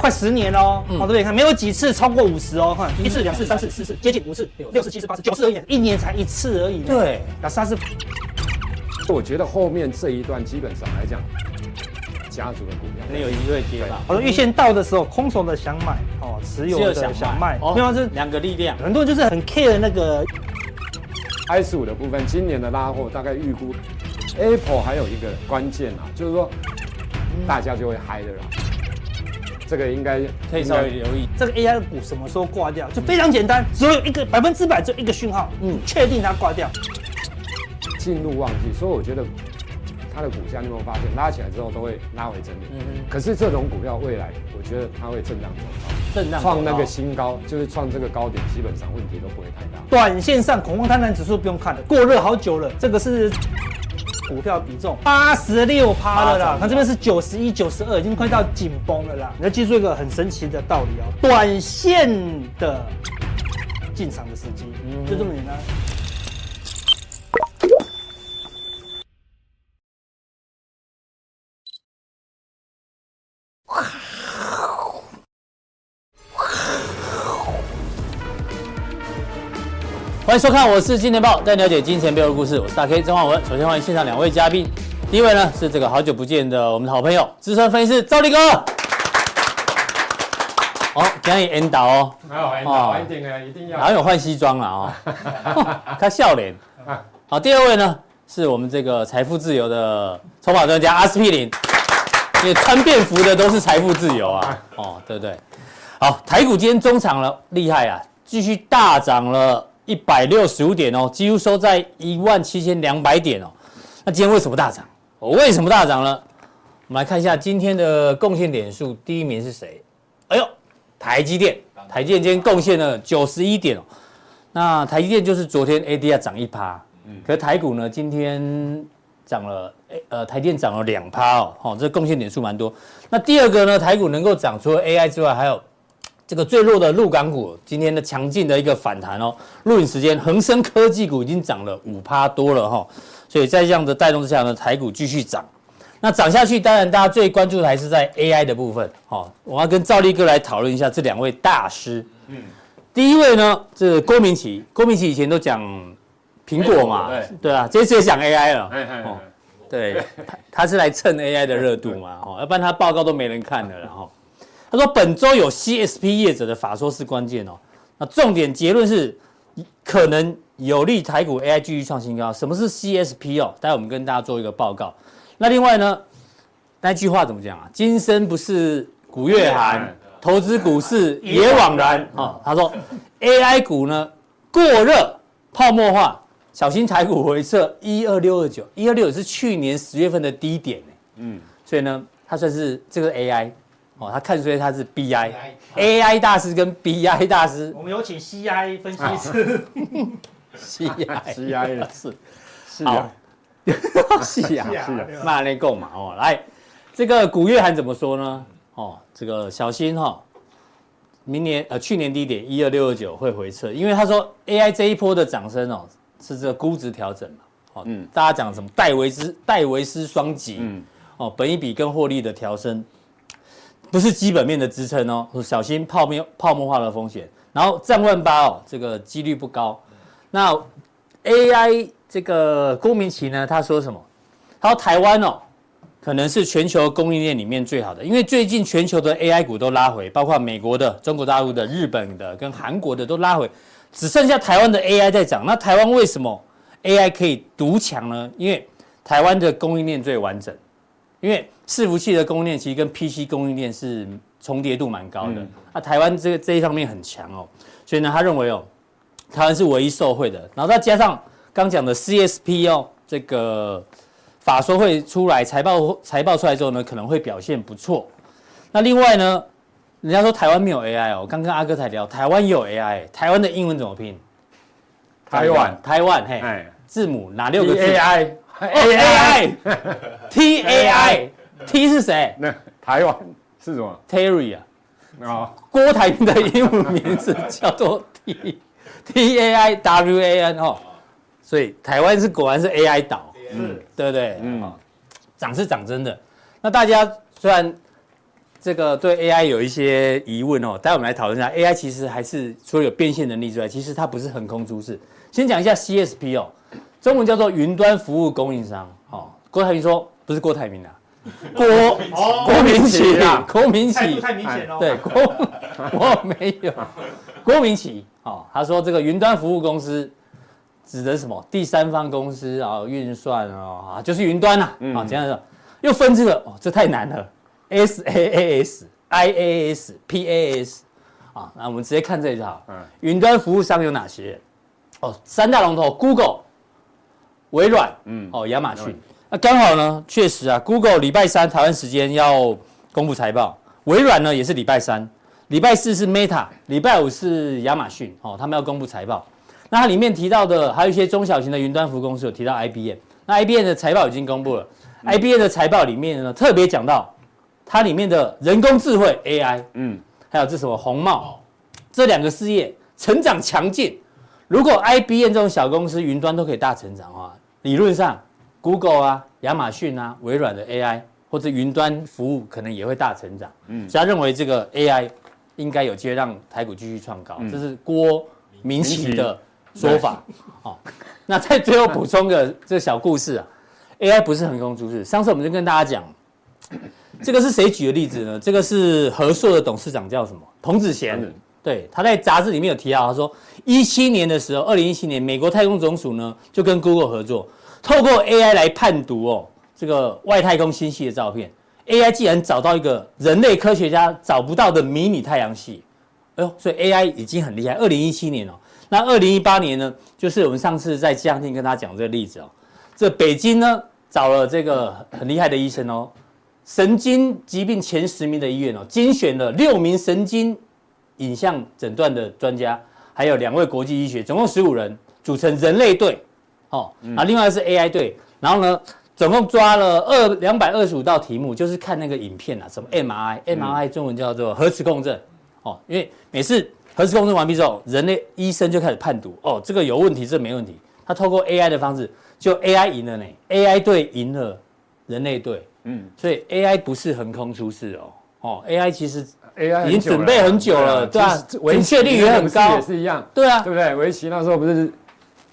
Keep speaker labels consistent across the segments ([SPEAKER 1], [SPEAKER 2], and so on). [SPEAKER 1] 快十年喽、哦，好、哦，对不对？看没有几次超过五十哦，看一次、两次、三次、四次，接近五次、六次、七次、八次、九次而已，一年才一次而已。
[SPEAKER 2] 对，
[SPEAKER 1] 那三次。
[SPEAKER 3] 我觉得后面这一段基本上来讲，家族的股票
[SPEAKER 2] 可能有一位接吧。
[SPEAKER 1] 好了，预线到的时候，空手的想买，哦，持有啊的想哦卖，
[SPEAKER 2] 另外是哦两个力量。
[SPEAKER 1] 很多人就是很 care 那个
[SPEAKER 3] S 五的部分，今年的拉货大概预估，Apple 还有一个关键啊，就是说大家就会嗨的啦。这个应该
[SPEAKER 2] 可以稍微留意。
[SPEAKER 1] 这个 AI 的股什么时候挂掉，就非常简单，只有一个百分之百，就一个讯号，嗯，确定它挂掉。
[SPEAKER 3] 进入旺季，所以我觉得它的股价，你有没有发现拉起来之后都会拉回整理？嗯嗯。可是这种股票未来，我觉得它会震荡走
[SPEAKER 2] 高，震荡
[SPEAKER 3] 创那个新高，就是创这个高点，基本上问题都不会太大。
[SPEAKER 1] 短线上恐慌贪婪指数不用看了，过热好久了，这个是股票比重八十六趴了啦，它这边是九十一、九十二，已经快到紧绷了啦。你要记住一个很神奇的道理哦，短线的进场的时机，就这么简单。
[SPEAKER 2] 欢迎收看，我是金钱豹，带你了解金钱背后的故事。我是大 K 曾焕文。首先欢迎现场两位嘉宾，第一位呢是这个好久不见的我们的好朋友，资深分析师 赵力哥。哦，今天 N 导哦，
[SPEAKER 3] 还有 N 导，一定的，一定要。
[SPEAKER 2] 好有换西装了哦， 他笑脸。好，第二位呢是我们这个财富自由的筹码专家阿司匹林，因为穿便服的都是财富自由啊，哦，对不对？好，台股今天中场了，厉害啊，继续大涨了。一百六十五点哦，几乎收在一万七千两百点哦。那今天为什么大涨？我、哦、为什么大涨呢？我们来看一下今天的贡献点数，第一名是谁？哎呦，台积电，台积电今天贡献了九十一点哦。那台积电就是昨天 ADR 涨一趴，嗯，可台股呢今天涨了，呃，台电涨了两趴哦，好、哦，这贡献点数蛮多。那第二个呢，台股能够涨，除了 AI 之外，还有。这个最弱的陆港股今天的强劲的一个反弹哦，录影时间恒生科技股已经涨了五趴多了哈、哦，所以在这样的带动之下呢，台股继续涨。那涨下去，当然大家最关注的还是在 AI 的部分哦。我要跟赵力哥来讨论一下这两位大师。嗯，第一位呢是郭明奇，郭明奇以前都讲苹果嘛，欸、对啊，这次也讲 AI 了。欸欸、哦，对，他是来蹭 AI 的热度嘛，哦，要不然他报告都没人看了，然后。他说，本周有 CSP 业者的法说是关键哦。那重点结论是，可能有利台股 AI 继续创新高。什么是 CSP 哦？待会我们跟大家做一个报告。那另外呢，那句话怎么讲啊？今生不是古月寒，投资股市也枉然哦。他说，AI 股呢过热泡沫化，小心台股回撤一二六二九，一二六是去年十月份的低点嗯，所以呢，它算是这个 AI。哦，他看出来他是 BI、AI 大师跟 BI 大师，
[SPEAKER 1] 我们有请 CI 分析师
[SPEAKER 2] 啊，CI
[SPEAKER 3] CI 的
[SPEAKER 2] 是
[SPEAKER 3] 是啊，
[SPEAKER 2] 是啊，是啊，骂内购嘛哦，来，这个古月涵怎么说呢？哦，这个小心哈、哦，明年呃去年低点一二六二九会回撤，因为他说 AI 这一波的涨升哦是这个估值调整嘛，哦，嗯、大家讲什么戴维斯戴维斯双极，嗯、哦，本一比跟获利的调升。不是基本面的支撑哦，小心泡沫泡沫化的风险。然后战万八哦，这个几率不高。那 AI 这个郭明奇呢，他说什么？他说台湾哦，可能是全球供应链里面最好的，因为最近全球的 AI 股都拉回，包括美国的、中国大陆的、日本的跟韩国的都拉回，只剩下台湾的 AI 在涨。那台湾为什么 AI 可以独强呢？因为台湾的供应链最完整。因为伺服器的供应链其实跟 PC 供应链是重叠度蛮高的，那、嗯啊、台湾这个这一方面很强哦，所以呢，他认为哦，台湾是唯一受惠的。然后再加上刚讲的 CSP 哦，这个法说会出来财报财报出来之后呢，可能会表现不错。那另外呢，人家说台湾没有 AI 哦，刚跟阿哥才聊，台湾也有 AI，台湾的英文怎么拼？
[SPEAKER 3] 台湾，
[SPEAKER 2] 台湾嘿，哎、字母哪六个字哦
[SPEAKER 3] ？AI。
[SPEAKER 2] A I T A I T 是谁？
[SPEAKER 3] 那台湾是 什么
[SPEAKER 2] ？Terry 啊，哦，郭台铭的英文名字叫做 T T A I W A N 哦，所以台湾是果然是 A I 岛，
[SPEAKER 3] 嗯
[SPEAKER 2] 嗯，对不对？嗯，涨是涨真的。那大家虽然这个对 AI 有一些疑问哦，待会我们来讨论一下。AI 其实还是除了有变现能力之外，其实它不是横空出世。先讲一下 CSP 哦，中文叫做云端服务供应商。哦，郭台铭说不是郭台铭啊，郭
[SPEAKER 1] 哦
[SPEAKER 2] 郭明奇啊，郭明
[SPEAKER 1] 态度
[SPEAKER 2] 奇，
[SPEAKER 1] 太明显了。
[SPEAKER 2] 对，郭我没有郭明奇哦，他说这个云端服务公司指的是什么？第三方公司啊，运算啊，啊就是云端呐、啊，啊这样的，又分这个哦，这太难了，S A A S I A S P A S 啊，那我们直接看这里就好。
[SPEAKER 3] 嗯
[SPEAKER 2] 云端服务商有哪些？哦，三大龙头，Google、微软，嗯
[SPEAKER 3] 嗯，
[SPEAKER 2] 哦，亚马逊。那刚好呢，确实啊，Google 礼拜三台湾时间要公布财报，微软呢也是礼拜三，礼拜四是 Meta，礼拜五是亚马逊，哦，他们要公布财报。那它里面提到的还有一些中小型的云端服务公司有提到 IBM，那 IBM 的财报已经公布了、i
[SPEAKER 3] 嗯
[SPEAKER 2] b m 的财报里面呢特别讲到它里面的人工智慧 AI，
[SPEAKER 3] 嗯，
[SPEAKER 2] 还有这什么红帽，这两个事业成长强劲。如果 IBM 这种小公司云端都可以大成长的话，理论上 Google 啊、亚马逊啊、微软的 AI 或者云端服务可能也会大成长。嗯，所以他认为这个 AI 应该有机会让台股继续创高，这是郭明奇的说法。哦，那再最后补充个这个小故事啊，AI 不是横空出世。上次我们就跟大家讲，这个是谁举的例子呢？这个是和硕的董事长叫什么？童子贤
[SPEAKER 3] 童子。
[SPEAKER 2] 对，他在杂志里面有提到，他说一七年的时候，二零一七年，美国太空总署呢就跟 Google 合作，透过 AI 来判读哦这个外太空星系的照片。AI 既然找到一个人类科学家找不到的迷你太阳系，哎呦，所以 AI 已经很厉害。二零一七年哦，那二零一八年呢，就是我们上次在江天跟他讲这个例子哦，这北京呢找了这个很厉害的医生哦，神经疾病前十名的医院哦，精选了六名神经影像诊断的专家，还有两位国际医学，总共十五人组成人类队，哦，啊，另外是 AI 队，然后呢，总共抓了二两百二十五道题目，就是看那个影片啊，什么 MRI，MRI、MRI 中文叫做核磁共振，哦，因为每次核磁共振完毕之后，人类医生就开始判读，哦，这个有问题，这没问题，他透过 AI 的方式，就 AI 赢了呢，AI 队赢了人类队，嗯
[SPEAKER 3] 嗯，
[SPEAKER 2] 所以 AI 不是横空出世哦，哦，AI 其实
[SPEAKER 3] AI
[SPEAKER 2] 已经准备很久了对啊准确率也很高
[SPEAKER 3] 也是一样，
[SPEAKER 2] 对啊
[SPEAKER 3] 对，不对？围棋那时候不是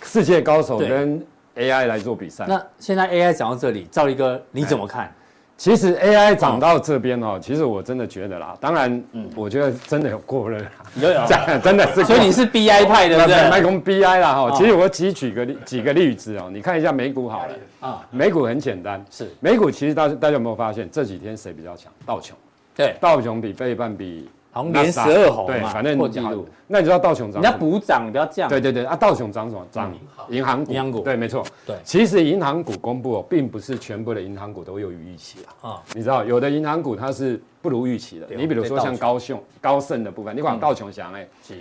[SPEAKER 3] 世界高手
[SPEAKER 2] 对
[SPEAKER 3] 跟 AI 来做比赛，
[SPEAKER 2] 那现在 AI 讲到这里，赵力哥你怎么看？
[SPEAKER 3] 其实 AI 涨到这边哦，其实我真的觉得啦，当然，我觉得真哎的有过热啦，
[SPEAKER 2] 有有
[SPEAKER 3] 真的是过热，
[SPEAKER 2] 嗯所以你是 BI 派对不哦
[SPEAKER 3] 麦
[SPEAKER 2] 对？
[SPEAKER 3] 克 BI 啦哦哈。其实我举举个例几个例子哦，你看一下美股好了
[SPEAKER 2] 啊
[SPEAKER 3] 啊，美股很简单，
[SPEAKER 2] 是
[SPEAKER 3] 美股其实大家大家有没有发现这几天谁比较强？道琼，
[SPEAKER 2] 对，
[SPEAKER 3] 道琼比费半比
[SPEAKER 2] 好像连
[SPEAKER 3] Nasdaq
[SPEAKER 2] 12红嘛
[SPEAKER 3] 对，反正
[SPEAKER 2] 破纪录。
[SPEAKER 3] 那你知道道琼涨
[SPEAKER 2] 人
[SPEAKER 3] 什
[SPEAKER 2] 家
[SPEAKER 3] 么？
[SPEAKER 2] 补涨，你不要这样。
[SPEAKER 3] 对对对，啊，道琼涨什么？涨银行股。
[SPEAKER 2] 银行股
[SPEAKER 3] 对，没错。
[SPEAKER 2] 对
[SPEAKER 3] 其实银行股公布哦，并不是全部的银行股都优于预期啦。
[SPEAKER 2] 啊，
[SPEAKER 3] 你知道，有的银行股它是不如预期的。
[SPEAKER 2] 对
[SPEAKER 3] 你比如说
[SPEAKER 2] 被道
[SPEAKER 3] 像
[SPEAKER 2] 嗯
[SPEAKER 3] 高盛、高盛的部分，你管道琼翔哎，
[SPEAKER 2] 是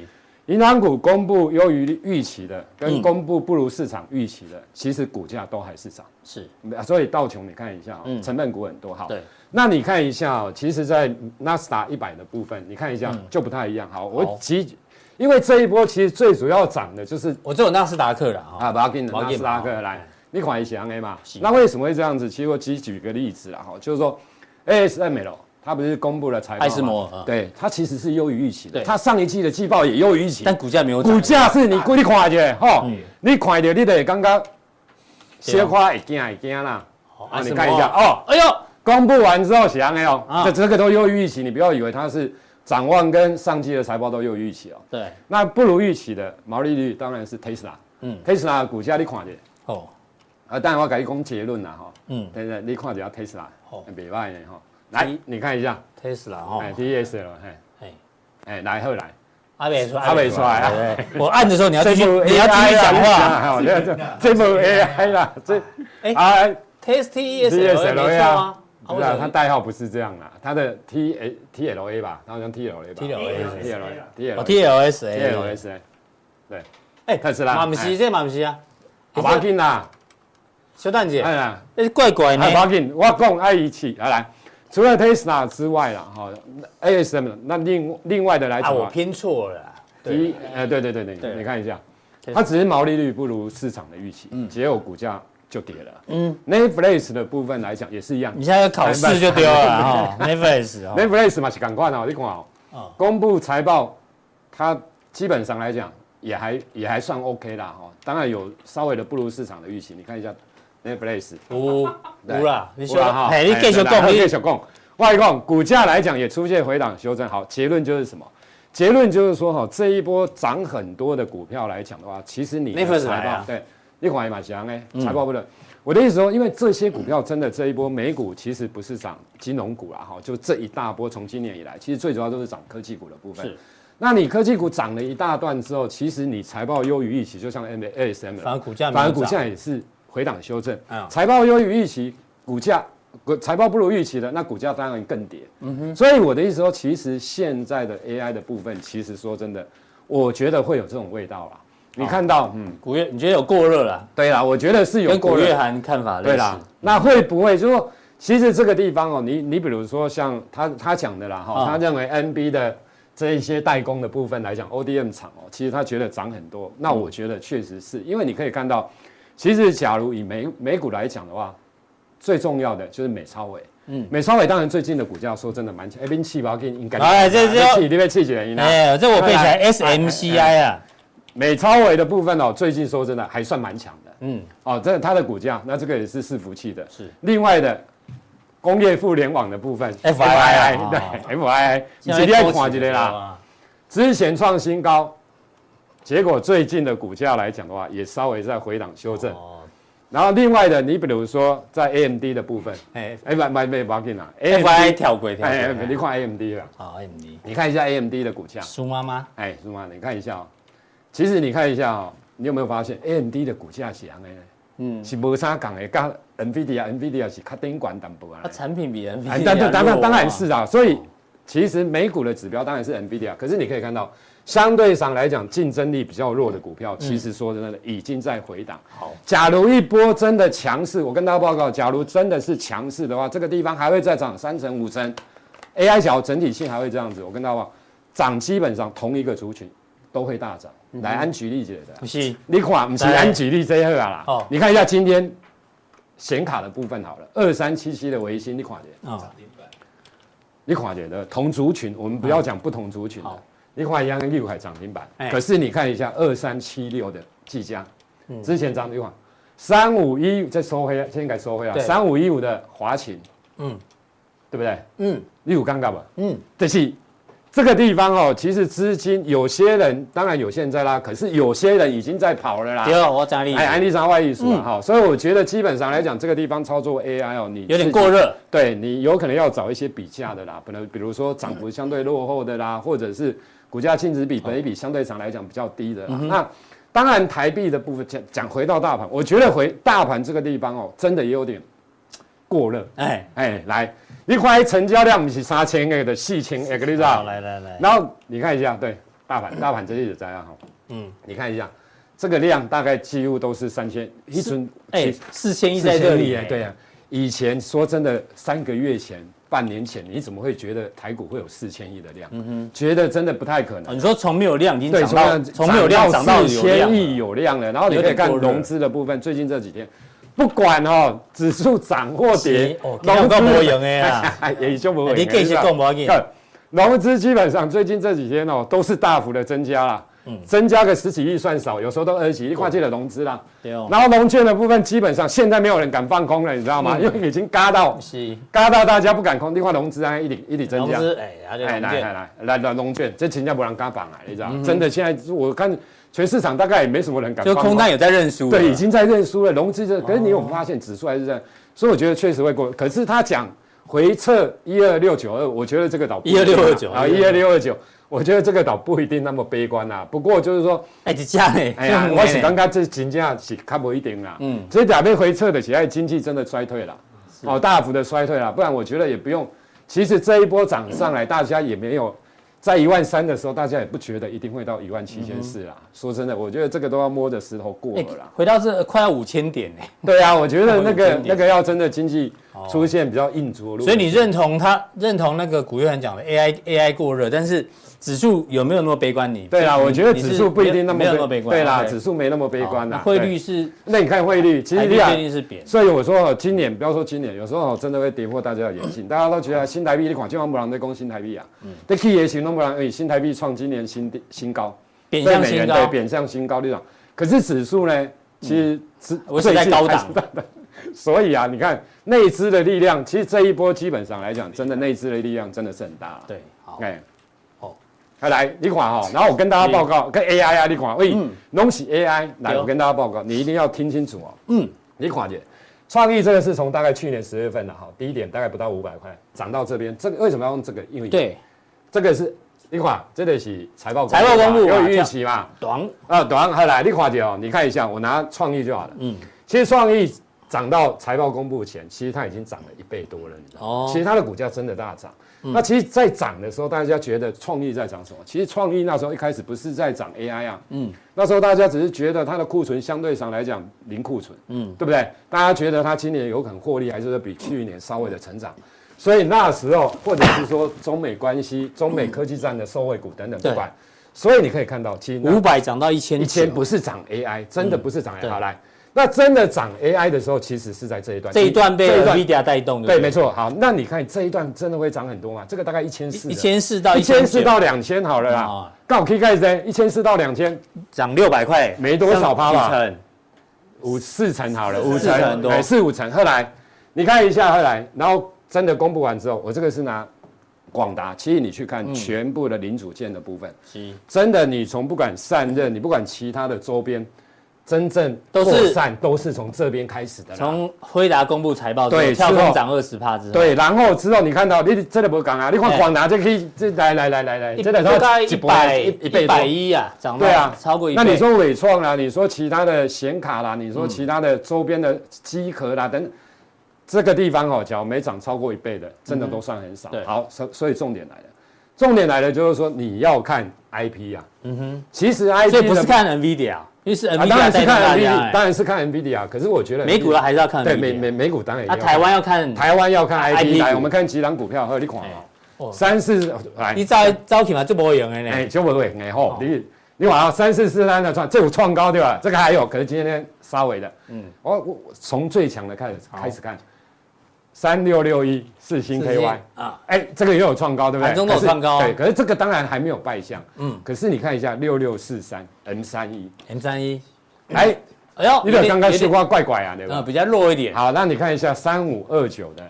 [SPEAKER 3] 银行股公布优于预期的，
[SPEAKER 2] 嗯
[SPEAKER 3] 跟公布不如市场预期的，其实股价都还是涨。
[SPEAKER 2] 是，
[SPEAKER 3] 所以道琼你看一下、哦，
[SPEAKER 2] 嗯
[SPEAKER 3] 成分股很多好。
[SPEAKER 2] 对，
[SPEAKER 3] 那你看一下、哦，其实，在纳斯达一百的部分，你看一下、就不太一样。好，
[SPEAKER 2] 好
[SPEAKER 3] 我集，因为这一波其实最主要涨的就是
[SPEAKER 2] 我这有纳斯达克哦了哈。
[SPEAKER 3] 啊，把它给你
[SPEAKER 2] 把它
[SPEAKER 3] 纳
[SPEAKER 2] 给你
[SPEAKER 3] 斯达克
[SPEAKER 2] 拿
[SPEAKER 3] 来，你款一起 A 嘛
[SPEAKER 2] 是。
[SPEAKER 3] 那为什么会这样子？其实我只举个例子啦，哈，就是说 ASML 它不是公布了财报吗
[SPEAKER 2] 艾斯摩尔嗯
[SPEAKER 3] 对，它其实是优于预期的
[SPEAKER 2] 对，
[SPEAKER 3] 它上一季的季报也优于预期，
[SPEAKER 2] 但股价没有涨
[SPEAKER 3] 股价是你估你看一下，吼，你看到你就会感觉小可会惊会惊啦。
[SPEAKER 2] 哦
[SPEAKER 3] 啊，
[SPEAKER 2] 艾斯
[SPEAKER 3] 你
[SPEAKER 2] 摩尔
[SPEAKER 3] 看一下哦，
[SPEAKER 2] 哎呦，
[SPEAKER 3] 公布完之后是安没有？
[SPEAKER 2] 啊
[SPEAKER 3] 这这个都优于预期，你不要以为它是展望跟上季的财报都优于预期哦。
[SPEAKER 2] 对，
[SPEAKER 3] 那不如预期的毛利率当然是 Tesla，
[SPEAKER 2] 嗯
[SPEAKER 3] 嗯，Tesla 的股价你看一下，
[SPEAKER 2] 哦，
[SPEAKER 3] 啊，当然我给你讲结论啦哈，
[SPEAKER 2] 嗯
[SPEAKER 3] 嗯，等等你看一下 Tesla，
[SPEAKER 2] 好
[SPEAKER 3] 哦，袂歹的哈，来你看一下，
[SPEAKER 2] ，Tesla 哦
[SPEAKER 3] 哎
[SPEAKER 2] 哈，
[SPEAKER 3] ，TSL，嘿，
[SPEAKER 2] 哎，
[SPEAKER 3] 哎，来后来，
[SPEAKER 2] 阿伟说，
[SPEAKER 3] 阿伟出来啊，
[SPEAKER 2] 对，我按的时候你要继续，你要继续讲话。
[SPEAKER 3] 话，这这这部 AI 啦，这
[SPEAKER 2] 哎
[SPEAKER 3] 哎
[SPEAKER 2] Test T E
[SPEAKER 3] E
[SPEAKER 2] S L 没错啊，啊
[SPEAKER 3] 不
[SPEAKER 2] 为
[SPEAKER 3] 是
[SPEAKER 2] 什
[SPEAKER 3] 啊，
[SPEAKER 2] 么
[SPEAKER 3] 它代号不是这样啦，它的 T A T L A 吧，它好像 T L A 吧
[SPEAKER 2] TLA
[SPEAKER 3] T L A T
[SPEAKER 2] 哦
[SPEAKER 3] L T
[SPEAKER 2] T L S A
[SPEAKER 3] L S A，对，
[SPEAKER 2] 哎，
[SPEAKER 3] 特斯拉
[SPEAKER 2] 马姆西，
[SPEAKER 3] 哎
[SPEAKER 2] 这马姆西啊，
[SPEAKER 3] 好要紧啦，
[SPEAKER 2] 小蛋姐，
[SPEAKER 3] 哎呀。
[SPEAKER 2] 哎，怪怪呢
[SPEAKER 3] 啊，，不要紧，我讲爱一起来来。除了 Tesla 之外啦，哈，ASM 那另另外的来
[SPEAKER 2] 啊，
[SPEAKER 3] 讲
[SPEAKER 2] 我
[SPEAKER 3] 啊，
[SPEAKER 2] 拼错了啦，
[SPEAKER 3] 一呃，对对对对，
[SPEAKER 2] 对
[SPEAKER 3] 你看一下
[SPEAKER 2] 对，
[SPEAKER 3] 它只是毛利率不如市场的预期，结果股价就跌了。
[SPEAKER 2] 嗯
[SPEAKER 3] 嗯，Netflix 的部分来讲也是一样
[SPEAKER 2] 你现在要考试就丢了哈 n e t f l i x 哈，
[SPEAKER 3] ，Netflix 嘛是赶快哦，你看哦，
[SPEAKER 2] 哦
[SPEAKER 3] 公布财报，它基本上来讲也还也还算 OK 啦哈、哦，当然有稍微的不如市场的预期，你看一下 Netflix。
[SPEAKER 2] 有
[SPEAKER 3] 对
[SPEAKER 2] 有啦，你
[SPEAKER 3] 有啦
[SPEAKER 2] 说，
[SPEAKER 3] 哈
[SPEAKER 2] 嘿，你继续
[SPEAKER 3] 哎
[SPEAKER 2] 讲，
[SPEAKER 3] 继
[SPEAKER 2] 你
[SPEAKER 3] 续讲。外供股价来讲也出现回档修正，好，结论就是什么？结论就是说哈，这一波涨很多的股票来讲的话，其实你的
[SPEAKER 2] Netflix
[SPEAKER 3] 财
[SPEAKER 2] 来啊嗯
[SPEAKER 3] 报对，你款也蛮强哎，财报不对。我的意思说，因为这些股票真的这一波美股其实不是涨金融股啦，哈，就这一大波从今年以来，其实最主要都是涨科技股的部分
[SPEAKER 2] 是。
[SPEAKER 3] 那你科技股涨了一大段之后，其实你财报优于预期，就像 M A S M
[SPEAKER 2] 反而股价没有
[SPEAKER 3] 反而股
[SPEAKER 2] 涨
[SPEAKER 3] 价也是回档修正
[SPEAKER 2] 嗯，
[SPEAKER 3] 财、报优于预期，股价股财报不如预期的，那股价当然更跌。
[SPEAKER 2] 嗯
[SPEAKER 3] 所以我的意思说，其实现在的 AI 的部分，其实说真的，我觉得会有这种味道啦。
[SPEAKER 2] 哦
[SPEAKER 3] 你看到，嗯，
[SPEAKER 2] 古月，你觉得有过热啦？
[SPEAKER 3] 对啦，我觉得是有
[SPEAKER 2] 跟古
[SPEAKER 3] 过
[SPEAKER 2] 月
[SPEAKER 3] 热，
[SPEAKER 2] 涵看啊法类
[SPEAKER 3] 对
[SPEAKER 2] 似，
[SPEAKER 3] 啦。那会不会就是说，其实这个地方哦，你你比如说像他他讲的啦，哈、
[SPEAKER 2] 啊
[SPEAKER 3] 他认为 NB 的这一些代工的部分来讲，ODM 厂哦，其实他觉得涨很多。那我觉得确实是因为你可以看到，其实假如以美美股来讲的话，最重要的就是美超伟。
[SPEAKER 2] 嗯
[SPEAKER 3] 嗯，美超伟当然最近的股价说真的蛮强，哎，冰气吧，给你应该，
[SPEAKER 2] 哎这这
[SPEAKER 3] 气你被气起来，你
[SPEAKER 2] 哎，这我背起来，SMCI
[SPEAKER 3] 哎
[SPEAKER 2] 啊，
[SPEAKER 3] 啊美超伟的部分哦，最近说真的还算蛮强的。
[SPEAKER 2] 嗯，
[SPEAKER 3] 哦，这它的股价，那这个也是伺服器的。
[SPEAKER 2] 是
[SPEAKER 3] 另外的工业互联网的部分
[SPEAKER 2] FII 啊
[SPEAKER 3] 对 FII，你今天看一个啦，，之前创新高，结果最近的股价来讲的话，也稍微在回档修正。
[SPEAKER 2] 哦，
[SPEAKER 3] 然后另外的，你比如说在 AMD 的部分，
[SPEAKER 2] 哎
[SPEAKER 3] 哎，买买买，不要紧啦
[SPEAKER 2] ，FI 跳轨跳
[SPEAKER 3] 哎，哎你
[SPEAKER 2] 轨，
[SPEAKER 3] 看 AMD 啦，
[SPEAKER 2] 好，MD，
[SPEAKER 3] 你看一下 AMD 的股价，
[SPEAKER 2] 苏妈妈，
[SPEAKER 3] 哎，是吗？你看一下哦，其实你看一下哦，你有没有发现 AMD 的股价是安的呢？
[SPEAKER 2] 嗯，
[SPEAKER 3] 是无啥讲的，跟 NVIDIA、NVIDIA 是较顶管淡薄啊
[SPEAKER 2] 它。产品比 NVIDIA
[SPEAKER 3] 哎，当当当
[SPEAKER 2] 弱
[SPEAKER 3] 然
[SPEAKER 2] 啊
[SPEAKER 3] 当然是啊，所以其实美股的指标当然是 NVIDIA，可是你可以看到，相对上来讲，竞争力比较弱的股票，其实说真的已经在回档。
[SPEAKER 2] 好，
[SPEAKER 3] 假如一波真的强势，我跟大家报告，假如真的是强势的话，这个地方还会再涨三成五成，AI 小整体性还会这样子。我跟大家报，涨基本上同一个族群都会大涨。来，安举例姐的。
[SPEAKER 2] 不是，
[SPEAKER 3] 你看，不是咱举例这一个啦
[SPEAKER 2] 哦。
[SPEAKER 3] 你看一下今天显卡的部分好了，二三七七的维新，你看的，
[SPEAKER 2] 啊，
[SPEAKER 3] 你看的的同族群，我们不要讲不同族群
[SPEAKER 2] 好
[SPEAKER 3] 了。你看一样跟六海涨停板
[SPEAKER 2] 哎，
[SPEAKER 3] 可是你看一下二三七六的技嘉，
[SPEAKER 2] 嗯
[SPEAKER 3] 之前涨停板三五一再收啊回来，先改收回来
[SPEAKER 2] 对
[SPEAKER 3] 三五一五的华勤，
[SPEAKER 2] 嗯
[SPEAKER 3] 嗯，对不对？
[SPEAKER 2] 嗯
[SPEAKER 3] 你有尴尬吧？
[SPEAKER 2] 嗯，
[SPEAKER 3] 就是这个地方哦，其实资金有些人当然有现在啦，可是有些人已经在跑了啦。
[SPEAKER 2] 第哦二我讲你
[SPEAKER 3] 哎，安利三外艺
[SPEAKER 2] 嗯
[SPEAKER 3] 术嘛，哈、所以我觉得基本上来讲，这个地方操作 AI 哦，你
[SPEAKER 2] 有点
[SPEAKER 3] 自己
[SPEAKER 2] 过，热，
[SPEAKER 3] 对你有可能要找一些比价的啦，
[SPEAKER 2] 嗯
[SPEAKER 3] 不能比如说涨幅相对落后的啦，或者是股价净值比、本益比相对上来讲比较低的
[SPEAKER 2] 嗯
[SPEAKER 3] 啦。那当然台币的部分讲讲回到大盘，我觉得回大盘这个地方哦，真的也有点过热。
[SPEAKER 2] 哎，
[SPEAKER 3] 哎，来，你看成交量不是三千个的四千个，哎你知道
[SPEAKER 2] 好，？来来来，
[SPEAKER 3] 然后你看一下，对，大盘大盘这里的这样哈，
[SPEAKER 2] 嗯
[SPEAKER 3] 嗯，你看一下，这个量大概几乎都是三千一尊，
[SPEAKER 2] 哎，四千一
[SPEAKER 3] 其实
[SPEAKER 2] 在这里，
[SPEAKER 3] 4000哎对，啊，以前说真的，三个月前、半年前，你怎么会觉得台股会有四千亿的量？觉得真的不太
[SPEAKER 2] 嗯
[SPEAKER 3] 可
[SPEAKER 2] 哦
[SPEAKER 3] 能。
[SPEAKER 2] 你说从没有量已经
[SPEAKER 3] 对，
[SPEAKER 2] 涨到，从没有量涨到
[SPEAKER 3] 四
[SPEAKER 2] 有量
[SPEAKER 3] 千
[SPEAKER 2] 了，
[SPEAKER 3] 亿有量了，然后你可以看
[SPEAKER 2] 有点过热
[SPEAKER 3] 融资的部分，最近这几天。不管哦，指数涨或跌
[SPEAKER 2] 是，哦今天有够无用的啦
[SPEAKER 3] 也就不会。
[SPEAKER 2] 哎你继续讲无要紧
[SPEAKER 3] 对融资基本上最近这几天哦都是大幅的增加啦，
[SPEAKER 2] 嗯
[SPEAKER 3] 增加个十几亿算少，有时候都二十几亿，跨界的融资啦。
[SPEAKER 2] 对哦，
[SPEAKER 3] 然后融券的部分基本上现在没有人敢放空了，你知道
[SPEAKER 2] 嗯
[SPEAKER 3] 吗？因为已经嘎到
[SPEAKER 2] 是
[SPEAKER 3] 嘎到大家不敢空，另外融资啊一直一直增
[SPEAKER 2] 融
[SPEAKER 3] 加。
[SPEAKER 2] 资，哎，啊，就
[SPEAKER 3] 哎，来
[SPEAKER 2] 融
[SPEAKER 3] 来
[SPEAKER 2] 券，嗯
[SPEAKER 3] 来来来融券，这人家不让嘎绑啊，你知道？真的现在我看全市场大概也没什么人敢
[SPEAKER 2] 就
[SPEAKER 3] 放空。
[SPEAKER 2] 空单有在认输了，哦
[SPEAKER 3] 对，已经在认输了。融资这，可是你有没有发现指数还是这样，所以我觉得确实会过。可是他讲回撤一二六九二，我觉得这个倒不一定啊
[SPEAKER 2] 12629
[SPEAKER 3] 啊，一二六二九，我觉得这个倒不一定那么悲观啦、不过就是说，
[SPEAKER 2] 哎，一家呢，
[SPEAKER 3] 哎呀，
[SPEAKER 2] 就
[SPEAKER 3] 我是
[SPEAKER 2] 呢
[SPEAKER 3] 感觉这真正是较不一定啦。
[SPEAKER 2] 嗯
[SPEAKER 3] 嗯，所以假面回撤的，现在经济真的衰退了，哦，大幅的衰退了，不然我觉得也不用。其实这一波涨上来，大家也没有在一万三的时候，大家也不觉得一定会到一万七千四啦。说真的，我觉得这个都要摸着石头过
[SPEAKER 2] 哎
[SPEAKER 3] 了啦。
[SPEAKER 2] 回到这快要五千点呢，哎
[SPEAKER 3] 对啊，我觉得那
[SPEAKER 2] 有
[SPEAKER 3] 个
[SPEAKER 2] 经典
[SPEAKER 3] 那个要真的经济出现比较硬着陆。
[SPEAKER 2] 所以你认同他认同那个古月涵讲的 AI AI 过热，但是指数有没有那么悲观你？
[SPEAKER 3] 对啦，
[SPEAKER 2] 你
[SPEAKER 3] 我觉得
[SPEAKER 2] 你是
[SPEAKER 3] 指数不一定那么
[SPEAKER 2] 没有没有那么悲观。
[SPEAKER 3] 对啦，
[SPEAKER 2] OK
[SPEAKER 3] 指数没那么悲观啦。
[SPEAKER 2] 好那汇
[SPEAKER 3] 对
[SPEAKER 2] 率是
[SPEAKER 3] 那你看汇率，其
[SPEAKER 2] 台
[SPEAKER 3] 实啊
[SPEAKER 2] 币
[SPEAKER 3] 你
[SPEAKER 2] 最
[SPEAKER 3] 看，
[SPEAKER 2] 近是贬，
[SPEAKER 3] 所以我说哦，今年不要说今年，有时候哦真的会跌破大家的眼镜。大家都觉得新台币，你看就像不人在攻新台币啊，
[SPEAKER 2] 嗯
[SPEAKER 3] 对 K 也行动不然而已。哎新台币创今年新低新高，
[SPEAKER 2] 贬
[SPEAKER 3] 对
[SPEAKER 2] 向
[SPEAKER 3] 美
[SPEAKER 2] 新
[SPEAKER 3] 元
[SPEAKER 2] 高
[SPEAKER 3] 对。贬向新高这种。可是指数呢，其实是
[SPEAKER 2] 我是在高档
[SPEAKER 3] 的，所以啊，你看内资的力量，其实这一波基本上来讲，真的内资的力量真的是很大啊。
[SPEAKER 2] 对，好，
[SPEAKER 3] 哎，
[SPEAKER 2] 好
[SPEAKER 3] 好，来，你看哈、然后我跟大家报告，跟 AI 啊，你看，喂，
[SPEAKER 2] 嗯
[SPEAKER 3] 拢是 AI，来，
[SPEAKER 2] 对
[SPEAKER 3] 我跟大家报告，你一定要听清楚哦，
[SPEAKER 2] 嗯
[SPEAKER 3] 嗯，你看姐，创意这个是从大概去年十月份的哈，低点大概不到五百块，涨到这边，这个为什么要用这个？因为，
[SPEAKER 2] 对，
[SPEAKER 3] 这个是，你看，这个是财报
[SPEAKER 2] 财报公布
[SPEAKER 3] 有
[SPEAKER 2] 嘛
[SPEAKER 3] 预期嘛，
[SPEAKER 2] 短
[SPEAKER 3] 啊，短，好来，你看姐哦，你看一下，我拿创意就好了，
[SPEAKER 2] 嗯
[SPEAKER 3] 嗯，其实创意。涨到财报公布前，其实它已经涨了一倍多了，你知道吗？
[SPEAKER 2] 哦嗯
[SPEAKER 3] 其实它的股价真的大涨。那其实，在涨的时候，大家觉得创意在涨什么？其实创意那时候一开始不是在涨 AI 啊，嗯，那时候大家只是觉得它的库存相对上来讲零库存，嗯，对不对？大家觉得它今年有可能获利，还是说比去年稍微的成长。所以那时候，或者是说中美关系、中美科技战的受惠股等等，
[SPEAKER 2] 对
[SPEAKER 3] 不管。所以你可以看到，其实那
[SPEAKER 2] 五百涨到一千，
[SPEAKER 3] 以前不是涨 AI，真的不是涨
[SPEAKER 2] 对
[SPEAKER 3] AI。好来，那真的涨 AI 的时候，其实是在这一段，
[SPEAKER 2] 这一段被
[SPEAKER 3] 这一
[SPEAKER 2] NVIDIA 带动的，
[SPEAKER 3] 对，没错。好，那你看这一段真的会涨很多吗？这个大概一千四，
[SPEAKER 2] 一千四到
[SPEAKER 3] 一
[SPEAKER 2] 一
[SPEAKER 3] 千
[SPEAKER 2] 千
[SPEAKER 3] 四
[SPEAKER 2] 四
[SPEAKER 3] 到两千好了
[SPEAKER 2] 哦
[SPEAKER 3] 啦。刚好 K 盖子一千四到两千，
[SPEAKER 2] 涨六百块，
[SPEAKER 3] 没多少趴
[SPEAKER 2] 上一
[SPEAKER 3] 吧
[SPEAKER 2] 层
[SPEAKER 3] 五四成好了，五
[SPEAKER 2] 四成多
[SPEAKER 3] 哎四五成。后来你看一下，后来然后真的公布完之后，我这个是拿广达，其实你去
[SPEAKER 2] 嗯
[SPEAKER 3] 看全部的零组件的部分，
[SPEAKER 2] 七
[SPEAKER 3] 真的你从不管散热，你不管其他的周边，真正
[SPEAKER 2] 都是
[SPEAKER 3] 扩散都是从这边开始的啦。
[SPEAKER 2] 从辉达公布财报之后，
[SPEAKER 3] 对
[SPEAKER 2] 跳
[SPEAKER 3] 之
[SPEAKER 2] 空
[SPEAKER 3] 后
[SPEAKER 2] 涨二十趴之后，，
[SPEAKER 3] 对，然后之后你看到你真的不讲啊，你
[SPEAKER 2] 哎
[SPEAKER 3] 看广达这可以，这来来来来来，
[SPEAKER 2] 一
[SPEAKER 3] 真的
[SPEAKER 2] 大概
[SPEAKER 3] 一
[SPEAKER 2] 一
[SPEAKER 3] 波
[SPEAKER 2] 百
[SPEAKER 3] 一
[SPEAKER 2] 一
[SPEAKER 3] 一倍多
[SPEAKER 2] 百。一啊，涨到
[SPEAKER 3] 对啊，
[SPEAKER 2] 超过一倍。
[SPEAKER 3] 那你说伟创啦，你说其他的显卡
[SPEAKER 2] 嗯
[SPEAKER 3] 啦，你说其他的周边的机壳啦等等，这个地方哦，假如没涨超过一倍的，真的都算很少
[SPEAKER 2] 对。
[SPEAKER 3] 好，所所以重点来了，重点来了就是说你要看 IP 啊，嗯哼，其实 IP
[SPEAKER 2] 所以不是
[SPEAKER 3] 的
[SPEAKER 2] 看 NVIDIA，啊因为是
[SPEAKER 3] 啊，当
[SPEAKER 2] NVIDIA 带
[SPEAKER 3] 然是
[SPEAKER 2] 动大
[SPEAKER 3] 看
[SPEAKER 2] 家
[SPEAKER 3] NVIDIA，
[SPEAKER 2] 哎，
[SPEAKER 3] 当然是看 NVIDIA，可是我觉得
[SPEAKER 2] 美股了还是要看
[SPEAKER 3] 对美
[SPEAKER 2] NVIDIA，
[SPEAKER 3] 美美股当然也
[SPEAKER 2] 啊，
[SPEAKER 3] 要
[SPEAKER 2] 台
[SPEAKER 3] 看。
[SPEAKER 2] 湾要看
[SPEAKER 3] 台湾要看
[SPEAKER 2] IP
[SPEAKER 3] IP，
[SPEAKER 2] 股
[SPEAKER 3] 来我们看几档股票，和你看
[SPEAKER 2] 哦
[SPEAKER 3] 哦，三四来
[SPEAKER 2] 你，在招起嘛就不会赢的
[SPEAKER 3] 哎，
[SPEAKER 2] 呢。
[SPEAKER 3] 九百位，哎
[SPEAKER 2] 哦
[SPEAKER 3] 吼，你你往上三四四三的创，这有创高对吧？这个还有，可是今天稍微的，嗯，我我我从最强的开始开始看，三六六一四星 KY，
[SPEAKER 2] 啊，
[SPEAKER 3] 哎，这个也有创高对不对？
[SPEAKER 2] 盘中都有
[SPEAKER 3] 可是
[SPEAKER 2] 创高啊
[SPEAKER 3] 对，可是这个当然还没有败相，
[SPEAKER 2] 嗯
[SPEAKER 3] 嗯，可是你看一下六六四三 M 三一，
[SPEAKER 2] M 三一，
[SPEAKER 3] 哎，
[SPEAKER 2] 哎呦，
[SPEAKER 3] 你得刚刚说
[SPEAKER 2] 有点
[SPEAKER 3] 话怪怪啊，对
[SPEAKER 2] 呃
[SPEAKER 3] 吧？
[SPEAKER 2] 比较弱一点，
[SPEAKER 3] 好，那你看一下三五二九的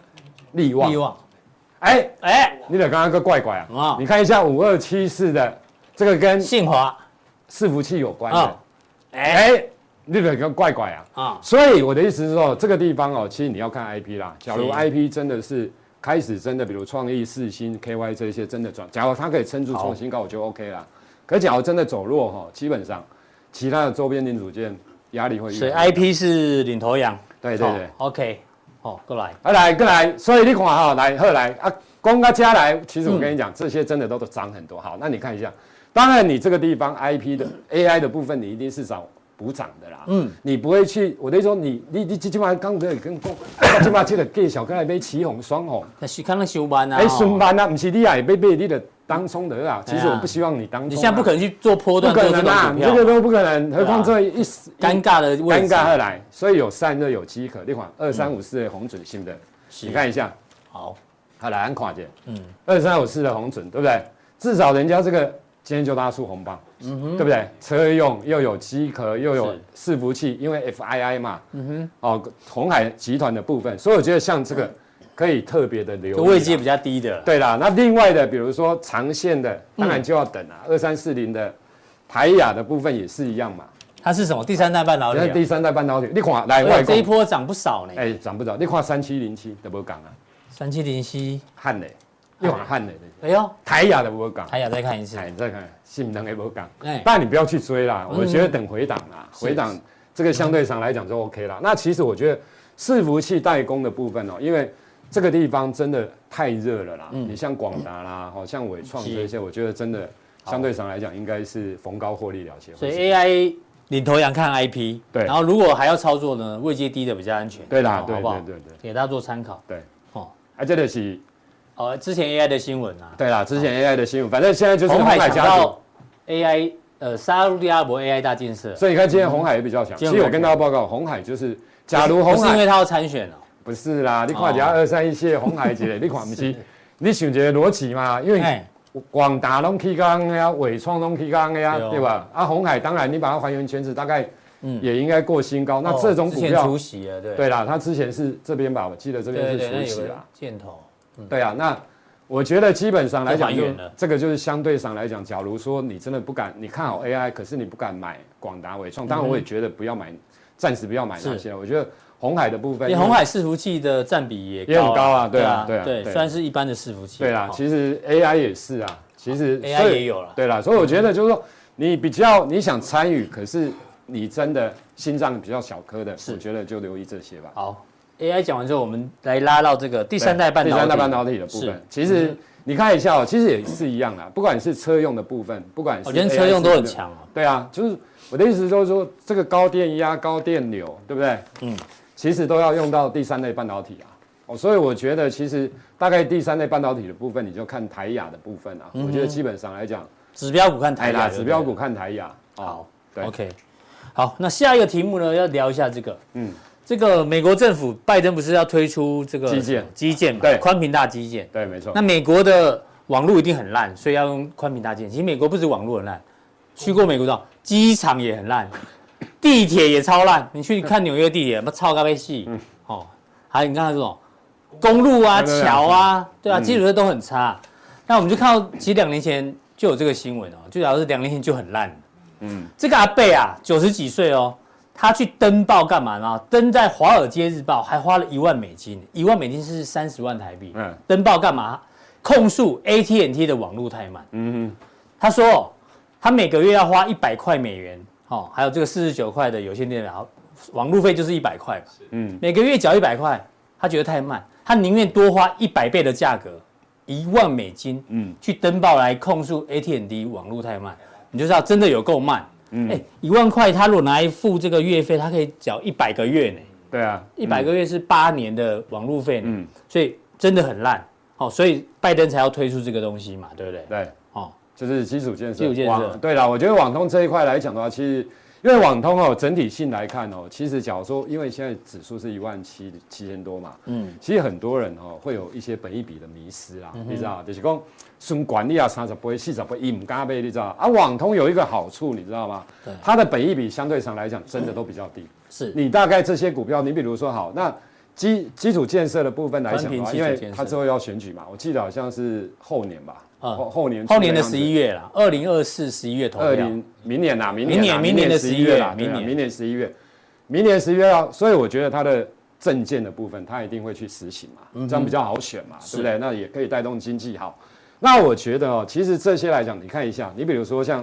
[SPEAKER 3] 利旺
[SPEAKER 2] 利，旺，
[SPEAKER 3] 哎。
[SPEAKER 2] 哎，
[SPEAKER 3] 你得刚刚个怪怪啊！
[SPEAKER 2] 啊
[SPEAKER 3] 你看一下五二七四的这个跟
[SPEAKER 2] 信华
[SPEAKER 3] 伺服器有关
[SPEAKER 2] 啊
[SPEAKER 3] 的，，
[SPEAKER 2] 哎
[SPEAKER 3] 哎，你得个怪怪啊！
[SPEAKER 2] 啊，
[SPEAKER 3] 所以我的意思是说，这个地方哦，其实你要看 IP 啦。假如
[SPEAKER 2] 是
[SPEAKER 3] IP 真的是开始真的，比如创意、四星、KY 这些真的转，假如它可以撑住
[SPEAKER 2] 好
[SPEAKER 3] 创新高，我就 OK 啦。可假如真的走弱哈，基本上其他的周边零组件压力会越
[SPEAKER 2] 所以
[SPEAKER 3] 来越大
[SPEAKER 2] IP 是领头羊，
[SPEAKER 3] 啊对对对
[SPEAKER 2] 哦。，OK，好，过来，
[SPEAKER 3] 啊，来，过来，所以你看哈，来，后来啊，公家家来，其实我跟你讲，这些真的都都涨很多。好，那你看一下，当然你这个地方 IP 的 AI 的部分，你一定是找补涨的啦。嗯，你不会去，我的意思说你，你你你今晚刚才跟公，今晚这个给小哥来买旗红双红，
[SPEAKER 2] 那是看那修班啊，
[SPEAKER 3] 哎，
[SPEAKER 2] 哦
[SPEAKER 3] 顺班啊，不是你也被被你的当冲的啊。其实
[SPEAKER 2] 哎呀
[SPEAKER 3] 我不希望你当冲啊，
[SPEAKER 2] 你现在不可能去做波
[SPEAKER 3] 不
[SPEAKER 2] 段做
[SPEAKER 3] 可
[SPEAKER 2] 这种
[SPEAKER 3] 能啊，
[SPEAKER 2] 股
[SPEAKER 3] 你这个
[SPEAKER 2] 票，
[SPEAKER 3] 都不可能，何况这一时一
[SPEAKER 2] 尴尬的位
[SPEAKER 3] 尴
[SPEAKER 2] 置，
[SPEAKER 3] 尬而来，所以有散热有饥渴。另外二三五四的红准新的，
[SPEAKER 2] 是
[SPEAKER 3] 你看一下。
[SPEAKER 2] 好，
[SPEAKER 3] 好，来，俺看见，
[SPEAKER 2] 嗯
[SPEAKER 3] 嗯，二三五四的红准，对不对？至少人家这个今天就拉出红棒，嗯哼，对不对？车用又有机壳，又有伺服器，因为 FII 嘛，嗯哼，嗯哦，红海集团的部分，所以我觉得像这个可以特别的留
[SPEAKER 2] 就
[SPEAKER 3] 意啦。
[SPEAKER 2] 位阶比较低的，
[SPEAKER 3] 对啦，那另外的，比如说长线的，当然就要等啊。二三四零的台雅的部分也是一样嘛。
[SPEAKER 2] 它是什么？第三代半导体
[SPEAKER 3] 那
[SPEAKER 2] 啊，
[SPEAKER 3] 第三代半导体，你看来
[SPEAKER 2] 哎
[SPEAKER 3] 外
[SPEAKER 2] 呦这一
[SPEAKER 3] 公，
[SPEAKER 2] 波涨不少呢，
[SPEAKER 3] 哎，涨不涨？你看三七零七的无讲啊，
[SPEAKER 2] 三七零七，
[SPEAKER 3] 汉磊，你看汉磊的，
[SPEAKER 2] 哎呦，
[SPEAKER 3] 台雅的无讲。
[SPEAKER 2] 台雅再看一次，
[SPEAKER 3] 哎，你再看，性能也不讲
[SPEAKER 2] 哎，
[SPEAKER 3] 但你不要去追啦。
[SPEAKER 2] 嗯
[SPEAKER 3] 我觉得等回档啦，回档这个相对上来讲就 OK 啦。那其实我觉得伺服器代工的部分哦，因为这个地方真的太热了啦。
[SPEAKER 2] 嗯
[SPEAKER 3] 你像广达啦，好像伟创这些，我觉得真的相对上来讲应该是逢高获利了结。
[SPEAKER 2] 所以 AI 领头羊看 IP，
[SPEAKER 3] 对
[SPEAKER 2] 然后如果还要操作呢，位阶低的比较安全，
[SPEAKER 3] 对啦
[SPEAKER 2] 好，
[SPEAKER 3] 对
[SPEAKER 2] 好不好
[SPEAKER 3] 对？对对
[SPEAKER 2] 给大家做参考。
[SPEAKER 3] 对，
[SPEAKER 2] 哦，
[SPEAKER 3] 啊，这就是
[SPEAKER 2] 哦，之前 AI 的新闻啊，
[SPEAKER 3] 对啦，之前 AI 的新闻，反正现在就是
[SPEAKER 2] 红海抢
[SPEAKER 3] 家族
[SPEAKER 2] 到。AI，呃，沙特阿拉伯 AI 大建设，
[SPEAKER 3] 所以你看，今天红海也比较强。
[SPEAKER 2] 今天
[SPEAKER 3] 其实
[SPEAKER 2] 红
[SPEAKER 3] 我
[SPEAKER 2] 海
[SPEAKER 3] 跟大家报告，红海就是，假如
[SPEAKER 2] 不
[SPEAKER 3] 红
[SPEAKER 2] 是因
[SPEAKER 3] 海
[SPEAKER 2] 为他要参选哦，
[SPEAKER 3] 不是啦，你看一下二三一线红海 姐，你看不是？你想一个逻辑嘛？因为
[SPEAKER 2] 哎，
[SPEAKER 3] 广达拢起工的呀，啊伟创拢起工的呀
[SPEAKER 2] 对哦，
[SPEAKER 3] 对吧？啊，红海当然你把它还原全值，大概
[SPEAKER 2] 嗯
[SPEAKER 3] 也应该过新高。那这种
[SPEAKER 2] 哦
[SPEAKER 3] 股
[SPEAKER 2] 之前
[SPEAKER 3] 票
[SPEAKER 2] 出，席了，对，
[SPEAKER 3] 对啦，它之前是这边吧，我记得这边
[SPEAKER 2] 对
[SPEAKER 3] 是啊
[SPEAKER 2] 对，那
[SPEAKER 3] 熟悉
[SPEAKER 2] 有
[SPEAKER 3] 啦
[SPEAKER 2] 个。箭头，
[SPEAKER 3] 对啊，那我觉得基本上来
[SPEAKER 2] 就
[SPEAKER 3] 讲
[SPEAKER 2] 还原了，
[SPEAKER 3] 这个就是相对上来讲，假如说你真的不敢，你看好 AI，可是你不敢买广达、伟创，当然我也
[SPEAKER 2] 嗯
[SPEAKER 3] 觉得不要买，暂时不要买那些。我觉得红海的部分，
[SPEAKER 2] 因为红海伺服器的占比也
[SPEAKER 3] 也很高啊对啊对啊
[SPEAKER 2] 对，
[SPEAKER 3] 对
[SPEAKER 2] 虽然是一般的伺服器，
[SPEAKER 3] 对啦
[SPEAKER 2] 哦，
[SPEAKER 3] 其实 AI 也是啊，其实
[SPEAKER 2] ，AI
[SPEAKER 3] 所以
[SPEAKER 2] 也有啦
[SPEAKER 3] 对啦，所以我觉得就是说，你比较你想参与，可是你真的心脏比较小颗的，我觉得就留意这些吧。
[SPEAKER 2] 好，AI 讲完之后，我们来拉到这个第三代半导体。
[SPEAKER 3] 第三代半导体的部
[SPEAKER 2] 是嗯
[SPEAKER 3] 分，其实你看一下哦，其实也是一样啦，不管是车用的部分，不管是
[SPEAKER 2] 哦我觉得
[SPEAKER 3] AI
[SPEAKER 2] 车用都很
[SPEAKER 3] 是
[SPEAKER 2] 强哦。
[SPEAKER 3] 对啊，就是我的意思就是说，这个高电压、高电流，对不对？
[SPEAKER 2] 嗯
[SPEAKER 3] 嗯，其实都要用到第三类半导体啊。哦，所以我觉得其实大概第三类半导体的部分，你就看台亚的部分啊。我觉得基本上来讲，
[SPEAKER 2] 指标股看台
[SPEAKER 3] 台
[SPEAKER 2] 达
[SPEAKER 3] 亚哎指标股看台亚。哦，
[SPEAKER 2] 好
[SPEAKER 3] 对
[SPEAKER 2] ，OK，好，那下一个题目呢，要聊一下这个，嗯
[SPEAKER 3] 嗯，
[SPEAKER 2] 这个美国政府拜登不是要推出这个
[SPEAKER 3] 基建
[SPEAKER 2] 什么基建嘛，
[SPEAKER 3] 对
[SPEAKER 2] 宽频大基建。
[SPEAKER 3] 对，没错
[SPEAKER 2] 那。美国的网络一定很烂，所以要用宽频大基建。其实美国不止网络很烂，去过美国的机场也很烂， 地铁也超烂。你去看纽约地铁，妈超咖啡系，哦，还有你看它这种公路啊、
[SPEAKER 3] 嗯对对对
[SPEAKER 2] 桥啊，对啊，
[SPEAKER 3] 嗯
[SPEAKER 2] 基础设都很差。那我们就看到，其实两年前就有这个新闻哦，最早是两年前就很烂。嗯，这个阿贝啊，九十几岁哦，他去登报干嘛呢？登在《华尔街日报》，还花了一万美金，一万美金是三十万台币。嗯
[SPEAKER 3] 嗯，
[SPEAKER 2] 登报干嘛？控诉 AT&T 的网络太慢。
[SPEAKER 3] 嗯
[SPEAKER 2] 他说，他每个月要花一百块美元，哦，还有这个四十九块的有线电脑网路费就是一百块嘛，
[SPEAKER 3] 嗯，
[SPEAKER 2] 每个月缴一百块，他觉得太慢，他宁愿多花一百倍的价格，一万美金，嗯
[SPEAKER 3] 嗯，
[SPEAKER 2] 去登报来控诉 AT&T 网路太慢，你就知道真的有够慢。嗯，哎，一万块，他如果拿来付这个月费，他可以缴一百个月呢。
[SPEAKER 3] 对啊，
[SPEAKER 2] 一百个月是八年的网路费，嗯
[SPEAKER 3] 嗯，
[SPEAKER 2] 所以真的很烂，哦，所以拜登才要推出这个东西嘛，对不对？
[SPEAKER 3] 对。
[SPEAKER 2] 哦，
[SPEAKER 3] 就是基础建设。
[SPEAKER 2] 基础建设
[SPEAKER 3] 网对啦，我觉得网通这一块来讲的话，其实因为网通哦，整体性来看哦，其实假如说，因为现在指数是一万七七千多嘛，
[SPEAKER 2] 嗯嗯
[SPEAKER 3] 嗯，其实很多人哦会有一些本益比的迷失啦，你知道，就是讲算管理啊，三十倍、四十倍，伊唔敢买，你知道啊？网通有一个好处，你知道吗？它的本益比相对上来讲，真的都比较低。
[SPEAKER 2] 是
[SPEAKER 3] 你大概这些股票，你比如说好，那基基础建设的部分来讲的
[SPEAKER 2] 宽
[SPEAKER 3] 话，
[SPEAKER 2] 频基
[SPEAKER 3] 因
[SPEAKER 2] 础
[SPEAKER 3] 为
[SPEAKER 2] 建设
[SPEAKER 3] 它之后要选举嘛，我记得好像是后年吧，
[SPEAKER 2] 嗯
[SPEAKER 3] 后后年
[SPEAKER 2] 后年的
[SPEAKER 3] 出
[SPEAKER 2] 十
[SPEAKER 3] 那样子
[SPEAKER 2] 一月啦，二零二四十一月投
[SPEAKER 3] 二
[SPEAKER 2] 票，
[SPEAKER 3] 零明年啦，明
[SPEAKER 2] 明年
[SPEAKER 3] 啦
[SPEAKER 2] 明年的
[SPEAKER 3] 11
[SPEAKER 2] 11月
[SPEAKER 3] 啦，
[SPEAKER 2] 明
[SPEAKER 3] 明
[SPEAKER 2] 年
[SPEAKER 3] 年明年十一月，明年十一月要，所以我觉得它的证件的部分，它一定会去实行
[SPEAKER 2] 嗯
[SPEAKER 3] 嘛，这样比较好选嘛，对不对？那也可以带动经济好。那我觉得哦，其实这些来讲，你看一下，你比如说像，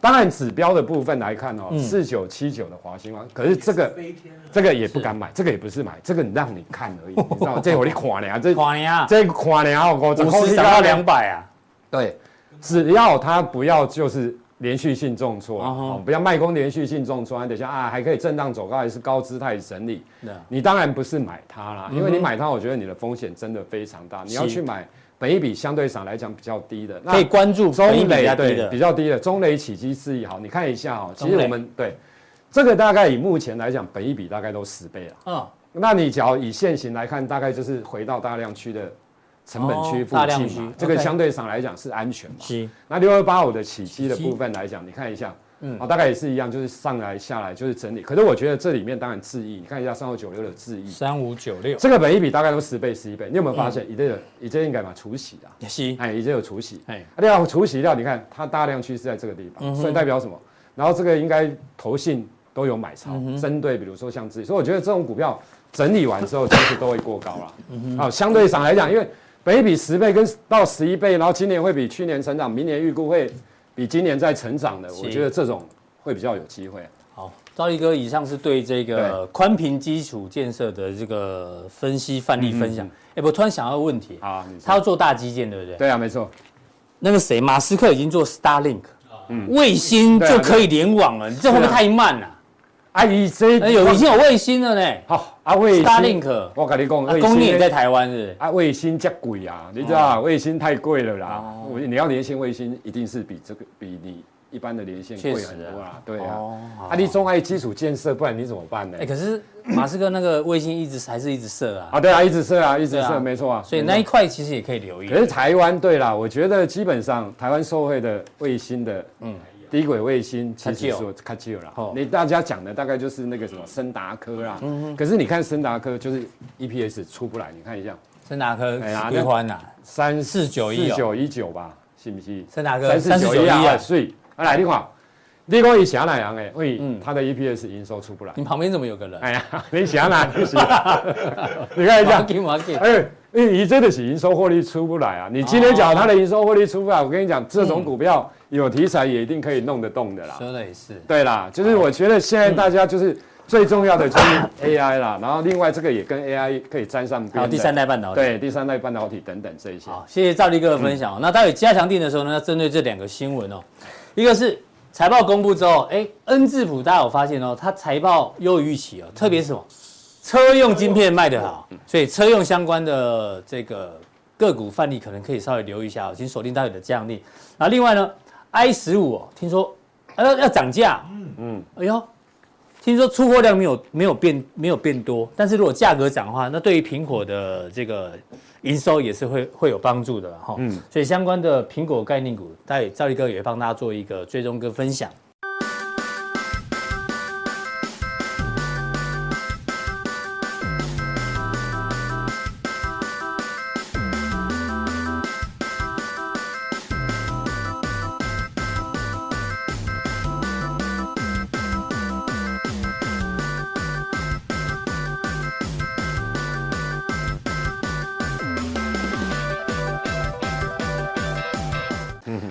[SPEAKER 3] 当然指标的部分来看
[SPEAKER 2] 嗯
[SPEAKER 3] 哦，四九七九的华兴啊，可是这个这个也不敢买，这个也不是买，这个你让你看 而已，你知道吗？这我你垮了呀，啊这
[SPEAKER 2] 哇呀，
[SPEAKER 3] 这垮了啊，我
[SPEAKER 2] 五十涨到两百啊，
[SPEAKER 3] 对，只要它不要就是连续性重挫，
[SPEAKER 2] 啊哈
[SPEAKER 3] 哦，不要卖空连续性重挫，你等一下啊还可以震荡走高，还是高姿态整理。
[SPEAKER 2] 对啊
[SPEAKER 3] 你当然不是买它啦，因为你买它，我觉得你的风险真的非常大。你要
[SPEAKER 2] 嗯是
[SPEAKER 3] 去买本一比相对上来讲比较低的，那
[SPEAKER 2] 可以关注
[SPEAKER 3] 中
[SPEAKER 2] 本益比
[SPEAKER 3] 磊
[SPEAKER 2] 较啊低
[SPEAKER 3] 对比
[SPEAKER 2] 的，
[SPEAKER 3] 较低的中磊起基四亿好，你看一下哦，其实
[SPEAKER 2] 中磊
[SPEAKER 3] 我们对这个大概以目前来讲，本一比大概都十倍了。
[SPEAKER 2] 嗯，
[SPEAKER 3] 那你只要以现行来看，大概就是回到大量区的成本区
[SPEAKER 2] 哦
[SPEAKER 3] 附
[SPEAKER 2] 大量
[SPEAKER 3] 近
[SPEAKER 2] 区
[SPEAKER 3] 嘛，这个
[SPEAKER 2] OK
[SPEAKER 3] 相对上来讲是安全嘛。
[SPEAKER 2] 是
[SPEAKER 3] 那六二八五的起基的
[SPEAKER 2] 起基
[SPEAKER 3] 部分来讲，你看一下，
[SPEAKER 2] 嗯
[SPEAKER 3] 嗯，啊，大概也是一样，就是上来下来就是整理。可是我觉得这里面当然智易，你看一下三六九六的智易，
[SPEAKER 2] 三五九六，
[SPEAKER 3] 这个本一比大概都十倍十一倍，你有没有发现？一这个一这应该嘛除息啊，
[SPEAKER 2] 是，
[SPEAKER 3] 哎，已经有除息，
[SPEAKER 2] 哎嗯
[SPEAKER 3] 哎，料除息料，你看它大量趋势在这个地方，所以代表什么？然后这个应该投信都有买
[SPEAKER 2] 嗯
[SPEAKER 3] 超，针对比如说像自己，所以我觉得这种股票整理完之后，其实都会过高
[SPEAKER 2] 嗯
[SPEAKER 3] 啦。好，相对上来讲，因为北比十倍跟到十一倍，然后今年会比去年成长，明年预估会比今年再成长的，我觉得这种会比较有机会。啊
[SPEAKER 2] 好，赵力哥，以上是对这个宽频基础建设的这个分析范例分享。哎，我突然想到一个问题，
[SPEAKER 3] 嗯好，你
[SPEAKER 2] 他
[SPEAKER 3] 说
[SPEAKER 2] 要做大基建，对不对？
[SPEAKER 3] 对啊，没错，
[SPEAKER 2] 那个谁，马斯克已经做 Starlink，卫星
[SPEAKER 3] 对啊
[SPEAKER 2] 就可以联网了，你这会不会
[SPEAKER 3] 是啊
[SPEAKER 2] 太慢了？
[SPEAKER 3] 啊，以这
[SPEAKER 2] 哎有已经有卫星了呢
[SPEAKER 3] 好啊，卫星
[SPEAKER 2] ，Starlink，啊
[SPEAKER 3] 我跟你讲，
[SPEAKER 2] 那
[SPEAKER 3] 卫
[SPEAKER 2] 供应也
[SPEAKER 3] 星
[SPEAKER 2] 在台湾是不是？
[SPEAKER 3] 啊，卫星价贵
[SPEAKER 2] 哦
[SPEAKER 3] 啊，你知道卫星太贵了啦。我你要连线卫星，一定是比这个比你一般的连线贵很多啦。对啊，啊，你中爱基础建设，不然你怎么办呢
[SPEAKER 2] 哦哎，？可是马斯克那个卫星一直还是一直射啊，
[SPEAKER 3] 啊，对啊，一直射啊，一直
[SPEAKER 2] 对啊
[SPEAKER 3] 射，没错啊。
[SPEAKER 2] 所以
[SPEAKER 3] 没错
[SPEAKER 2] 那一块其实也可以留意啊
[SPEAKER 3] 可。是台湾对啦，我觉得基本上台湾受惠的卫星的，嗯，低轨卫星其实
[SPEAKER 2] 较
[SPEAKER 3] 说卡基尔啦
[SPEAKER 2] 哦，嗯
[SPEAKER 3] 你大家讲的大概就是那个什么森达科啦，可是你看森达科就是 EPS 出不来，你看一下
[SPEAKER 2] 森达科
[SPEAKER 3] 哎呀
[SPEAKER 2] 归还啊呐，
[SPEAKER 3] 三
[SPEAKER 2] 49
[SPEAKER 3] 四
[SPEAKER 2] 一哦
[SPEAKER 3] 九一九吧，是不是？
[SPEAKER 2] 森达科
[SPEAKER 3] 三四九
[SPEAKER 2] 39一
[SPEAKER 3] 一
[SPEAKER 2] 啊
[SPEAKER 3] 啊，所以啊来你看，你讲以前哪样诶？喂
[SPEAKER 2] 嗯，
[SPEAKER 3] 啊哎它的 EPS 营收出不来，
[SPEAKER 2] 你旁边怎么有个人？
[SPEAKER 3] 哎呀， 你想哪就是， 你看一下，
[SPEAKER 2] 给我给，
[SPEAKER 3] 哎、哎，你真的是营收获利出不来啊！你今天讲它的营收获利出不来，我跟你讲，这种股票有题材也一定可以弄得动的啦。
[SPEAKER 2] 说的也是，
[SPEAKER 3] 对啦，就是我觉得现在大家就是最重要的就是 AI 啦，然后另外这个也跟 AI 可以沾上边
[SPEAKER 2] 嗯
[SPEAKER 3] 的。
[SPEAKER 2] 好，第三代半导体。
[SPEAKER 3] 对第三代半导体等等这一些。
[SPEAKER 2] 好，谢谢赵力哥的分享、哦。那待会加强定的时候呢，要针对这两个新闻哦，一个是财报公布之后，哎，N 字谱大家有发现哦，它财报优于预期哦，特别是什么车用晶片卖得好，所以车用嗯相关的这个个股范例可能可以稍微留意一下、哦，请锁定待会的降力。然后另外呢，i 十五哦，听说呃要要涨价，嗯嗯，哎呦。听说出货量没有没有变没有变多，但是如果价格涨的话，那对于苹果的这个营收也是会会有帮助的啦哈。嗯，所以相关的苹果概念股，大家赵力哥也会帮大家做一个追踪跟分享。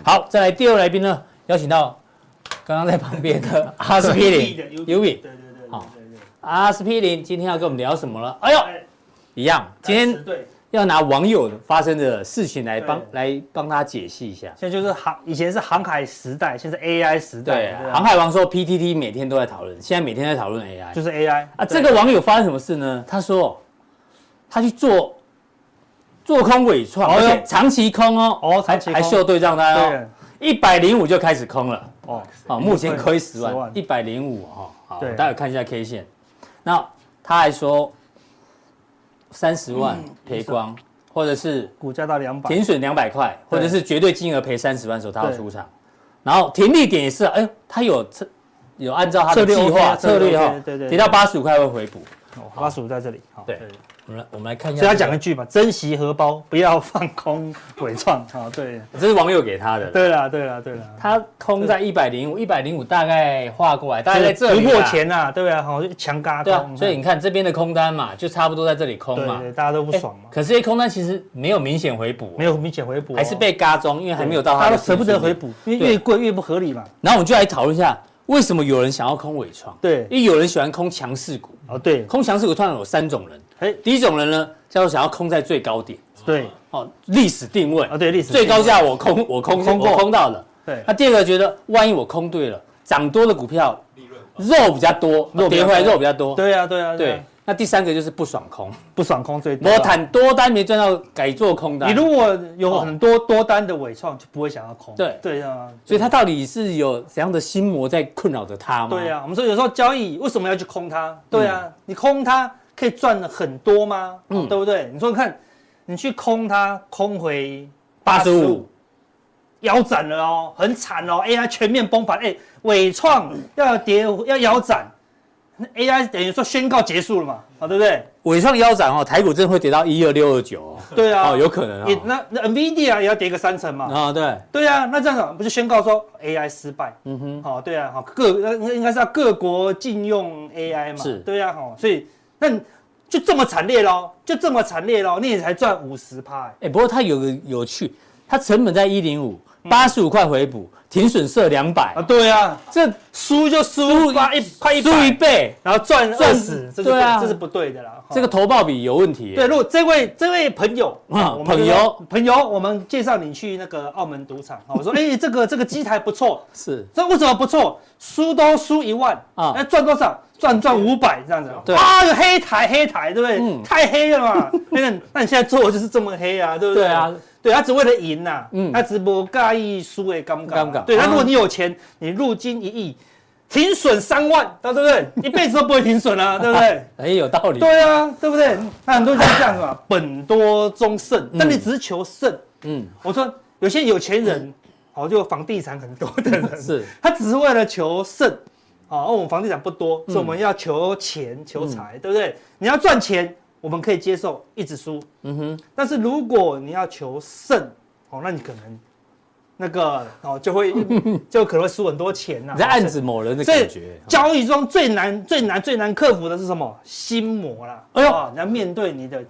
[SPEAKER 2] 好，再来第二位来宾呢，邀请到刚刚在旁边的阿司匹林 U
[SPEAKER 1] 对
[SPEAKER 2] B
[SPEAKER 1] 对对
[SPEAKER 2] 好
[SPEAKER 1] 对对
[SPEAKER 2] 阿司匹林，今天要跟我们聊什么了？哎呦，
[SPEAKER 1] 对。
[SPEAKER 2] 一样，今
[SPEAKER 1] 哎
[SPEAKER 2] 天
[SPEAKER 1] 对，
[SPEAKER 2] 要拿网友发生的事情来帮
[SPEAKER 1] 对
[SPEAKER 2] 来帮他解析一下。
[SPEAKER 1] 现在就是航，以前是航海时代，现在是 AI 时
[SPEAKER 2] 对
[SPEAKER 1] 代，
[SPEAKER 2] 啊，
[SPEAKER 1] 啊
[SPEAKER 2] 航海王说 PTT 每天都在讨论，现在每天在讨论 AI
[SPEAKER 1] 就是 AI
[SPEAKER 2] 啊。
[SPEAKER 1] 对
[SPEAKER 2] 这个网友发生什么事呢？他说他去做做空伪创，
[SPEAKER 1] 哦
[SPEAKER 2] 而
[SPEAKER 1] 哟
[SPEAKER 2] 且长期空哦，
[SPEAKER 1] 哦
[SPEAKER 2] 还
[SPEAKER 1] 长期空
[SPEAKER 2] 还秀对账单哦
[SPEAKER 1] 对，
[SPEAKER 2] 一百零五就开始空了
[SPEAKER 1] 哦，
[SPEAKER 2] 哦，目前亏十
[SPEAKER 1] 10
[SPEAKER 2] 万
[SPEAKER 1] 万，
[SPEAKER 2] 一百零五哦，好，
[SPEAKER 1] 对
[SPEAKER 2] 待会看一下 K 线。那他还说三十万赔光，或者是
[SPEAKER 1] 股价到两百，
[SPEAKER 2] 停损两百块，或
[SPEAKER 1] 对
[SPEAKER 2] 者是绝对金额赔三十万的时候，他要
[SPEAKER 1] 对
[SPEAKER 2] 出场。然后停利点也是，哎呦，他有策有按照他的
[SPEAKER 1] 策略
[SPEAKER 2] 计
[SPEAKER 1] OK
[SPEAKER 2] 划
[SPEAKER 1] 啊
[SPEAKER 2] 策略
[SPEAKER 1] 策略
[SPEAKER 2] 哈
[SPEAKER 1] OK，，对对对
[SPEAKER 2] 跌到八十五块会回补。
[SPEAKER 1] 八十五哦在这里，好
[SPEAKER 2] 对我们来我们来看一下，
[SPEAKER 1] 所以他讲一句嘛，珍惜荷包， 不要放空伪创啊！对，
[SPEAKER 2] 这是网友给他的，
[SPEAKER 1] 对啦，对啦，对啦，
[SPEAKER 2] 他空在一百零五，一百零五大概画过来，大概在这
[SPEAKER 1] 突
[SPEAKER 2] 里啦
[SPEAKER 1] 破，前啊，对啊，好就强嘎
[SPEAKER 2] 对啊，
[SPEAKER 1] 空，
[SPEAKER 2] 所以你看这边的空单嘛，就差不多在这里空
[SPEAKER 1] 对
[SPEAKER 2] 嘛，
[SPEAKER 1] 对，大家都不
[SPEAKER 2] 哎
[SPEAKER 1] 爽嘛，
[SPEAKER 2] 可是这些空单其实没有明显回补
[SPEAKER 1] 没，有明显回补哦，
[SPEAKER 2] 还是被嘎中，因为还没有到
[SPEAKER 1] 大
[SPEAKER 2] 他
[SPEAKER 1] 家
[SPEAKER 2] 的
[SPEAKER 1] 都舍不得
[SPEAKER 2] 平均
[SPEAKER 1] 回
[SPEAKER 2] 点
[SPEAKER 1] 补，因
[SPEAKER 2] 对
[SPEAKER 1] 为越贵越不合理嘛。
[SPEAKER 2] 然后我们就来讨论一下，为什么有人想要空尾创？
[SPEAKER 1] 对
[SPEAKER 2] 因为有人喜欢空强势股。
[SPEAKER 1] 哦，对，
[SPEAKER 2] 空强势股通常有三种人，
[SPEAKER 1] 哎，
[SPEAKER 2] 第一种人呢叫做想要空在最高点，
[SPEAKER 1] 对，
[SPEAKER 2] 哦，历史定位
[SPEAKER 1] 啊，对，历史
[SPEAKER 2] 最高价我空我空
[SPEAKER 1] 空过
[SPEAKER 2] 我空到了。
[SPEAKER 1] 对
[SPEAKER 2] 那第二个觉得万一我空对了，涨多的股票肉比较多，
[SPEAKER 1] 肉比较
[SPEAKER 2] 跌回来
[SPEAKER 1] 多
[SPEAKER 2] 肉比较多。
[SPEAKER 1] 对啊，对啊，对
[SPEAKER 2] 对
[SPEAKER 1] 啊，，
[SPEAKER 2] 那第三个就是不爽空，
[SPEAKER 1] 不爽空最多
[SPEAKER 2] 我
[SPEAKER 1] 啊。
[SPEAKER 2] 谈多单没赚到，改做空单。
[SPEAKER 1] 你如果有很多多单的伪创，就不会想要空。
[SPEAKER 2] 哦对
[SPEAKER 1] 对啊，
[SPEAKER 2] 所以他到底是有怎样的心魔在困扰着他吗？
[SPEAKER 1] 对啊，我们说有时候交易为什么要去空
[SPEAKER 2] 嗯
[SPEAKER 1] 它？对啊，你空它可以赚的很多吗？哦
[SPEAKER 2] 嗯
[SPEAKER 1] 对不对？你说你看，你去空它，空回
[SPEAKER 2] 八十
[SPEAKER 1] 85
[SPEAKER 2] 五，
[SPEAKER 1] 腰斩了哦，很惨哦，AI 全面崩盘，哎，伟创要跌要腰斩那，AI 等于说宣告结束了嘛，啊，对不对？
[SPEAKER 2] 尾上腰斩哦，台股真的会跌到一二六二九哦。
[SPEAKER 1] 对啊，
[SPEAKER 2] 哦，有可能
[SPEAKER 1] 也
[SPEAKER 2] 哦。
[SPEAKER 1] 那那 NVIDIA 也要跌个三成嘛，
[SPEAKER 2] 啊，对，
[SPEAKER 1] 对啊，那这样子不就宣告说 AI 失败？
[SPEAKER 2] 嗯哼。
[SPEAKER 1] 好、对啊，好各应应该是要各国禁用 AI 嘛，
[SPEAKER 2] 是
[SPEAKER 1] 对啊，好、所以那你就这么惨烈咯，就这么惨烈咯，你也才赚五十趴，欸
[SPEAKER 2] 哎、不过它有个有趣，它成本在一零五，八十五块回补，停损设两百
[SPEAKER 1] 嗯啊，，对啊，
[SPEAKER 2] 这
[SPEAKER 1] 输就输，快一快一
[SPEAKER 2] 输一
[SPEAKER 1] 百，
[SPEAKER 2] 倍，
[SPEAKER 1] 然后赚
[SPEAKER 2] 赚
[SPEAKER 1] 二十，这个
[SPEAKER 2] 对啊
[SPEAKER 1] 这是不对的啦。
[SPEAKER 2] 这
[SPEAKER 1] 个
[SPEAKER 2] 个投报比有问题耶。
[SPEAKER 1] 哦对，如果这位这位朋友哦
[SPEAKER 2] 啊
[SPEAKER 1] 我们
[SPEAKER 2] 朋
[SPEAKER 1] 这位
[SPEAKER 2] 友
[SPEAKER 1] 朋友，我们介绍你去那个澳门赌场，哦我 说哎，这个这个机台不错，
[SPEAKER 2] 是
[SPEAKER 1] 这为什么不错？输都输一万
[SPEAKER 2] 啊
[SPEAKER 1] 啊，那赚多少？赚赚五百这样子。
[SPEAKER 2] 对
[SPEAKER 1] 啊，有黑台黑台，对不对
[SPEAKER 2] 嗯？
[SPEAKER 1] 太黑了 嘛。哎那你那你现在做的就是这么黑啊，对不对？
[SPEAKER 2] 对啊，
[SPEAKER 1] 对他只为了赢呐
[SPEAKER 2] 嗯，
[SPEAKER 1] 他只不介意输的尴
[SPEAKER 2] 尴尬
[SPEAKER 1] 尬。对，那
[SPEAKER 2] 啊
[SPEAKER 1] 如果你有钱，你入金一亿，停损三万，对不 对？一辈子都不会停损啊，对不对？
[SPEAKER 2] 哎，有道理。
[SPEAKER 1] 对啊，对不对？那很多人就是这样子嘛，本多终胜，但你只是求胜。
[SPEAKER 2] 嗯，
[SPEAKER 1] 我说有些有钱人，哦，就房地产很多的人，
[SPEAKER 2] 是
[SPEAKER 1] 他只是为了求胜，啊、而我们房地产不多，
[SPEAKER 2] 嗯
[SPEAKER 1] 所以我们要求钱、求财，对不对？你要赚钱，我们可以接受一直输，
[SPEAKER 2] 嗯哼，
[SPEAKER 1] 但是如果你要求胜，哦，那你可能那个哦就 会就可能会输很多钱呐、啊
[SPEAKER 2] 你在暗指某人的
[SPEAKER 1] 所以
[SPEAKER 2] 感觉。
[SPEAKER 1] 交易中最难、最难、最难克服的是什么？心魔啦！
[SPEAKER 2] 哎
[SPEAKER 1] 哎
[SPEAKER 2] 呦
[SPEAKER 1] 呦，你要面对你的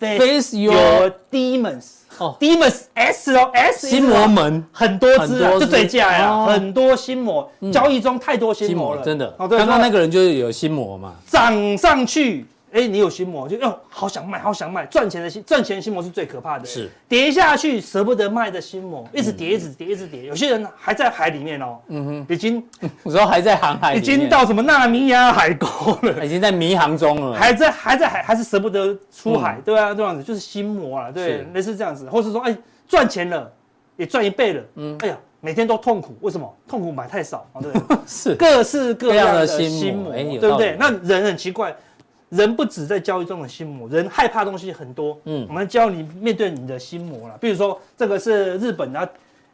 [SPEAKER 2] Face your
[SPEAKER 1] your demons
[SPEAKER 2] 哦
[SPEAKER 1] 哦，demons S 哦 S
[SPEAKER 2] 心魔门，
[SPEAKER 1] 很多
[SPEAKER 2] 很
[SPEAKER 1] 只
[SPEAKER 2] 多
[SPEAKER 1] 啊，
[SPEAKER 2] 只
[SPEAKER 1] 就最价
[SPEAKER 2] 哦嗯
[SPEAKER 1] 呀，很多心魔，交易中太多心
[SPEAKER 2] 心
[SPEAKER 1] 魔
[SPEAKER 2] 魔
[SPEAKER 1] 了，
[SPEAKER 2] 真的。
[SPEAKER 1] 哦，对，
[SPEAKER 2] 刚刚那
[SPEAKER 1] 个
[SPEAKER 2] 个人就是有心魔嘛。
[SPEAKER 1] 涨上去，哎，你有心魔就哟，好想卖，好想卖，赚钱的心，赚钱的心魔是最可怕的，
[SPEAKER 2] 是
[SPEAKER 1] 跌下去舍不得卖的心魔，一直跌，一直跌，一直跌，有些人还在海里面哦，嗯哼，已经
[SPEAKER 2] 我说还在航海
[SPEAKER 1] 已
[SPEAKER 2] 里面，哎
[SPEAKER 1] 经哎到什么纳米亚海沟了。
[SPEAKER 2] 已经在迷航中了。
[SPEAKER 1] 还在还在还还是舍不得出海，对啊，这样子就是心魔啊，对
[SPEAKER 2] 嗯是，
[SPEAKER 1] 类似这样子，或是说，哎，赚钱了，也赚一倍了，嗯，哎呀，每天都痛苦，为什么？痛苦买太少，哦对，
[SPEAKER 2] 是
[SPEAKER 1] 各式各样的
[SPEAKER 2] 各样的心魔
[SPEAKER 1] 心魔，
[SPEAKER 2] 哎有
[SPEAKER 1] 对不对？
[SPEAKER 2] 道
[SPEAKER 1] 那人很奇怪，人不止在交易中的心魔，人害怕东西很多，
[SPEAKER 2] 嗯
[SPEAKER 1] 嗯，我们教你面对你的心魔了，比如说这个是日本然后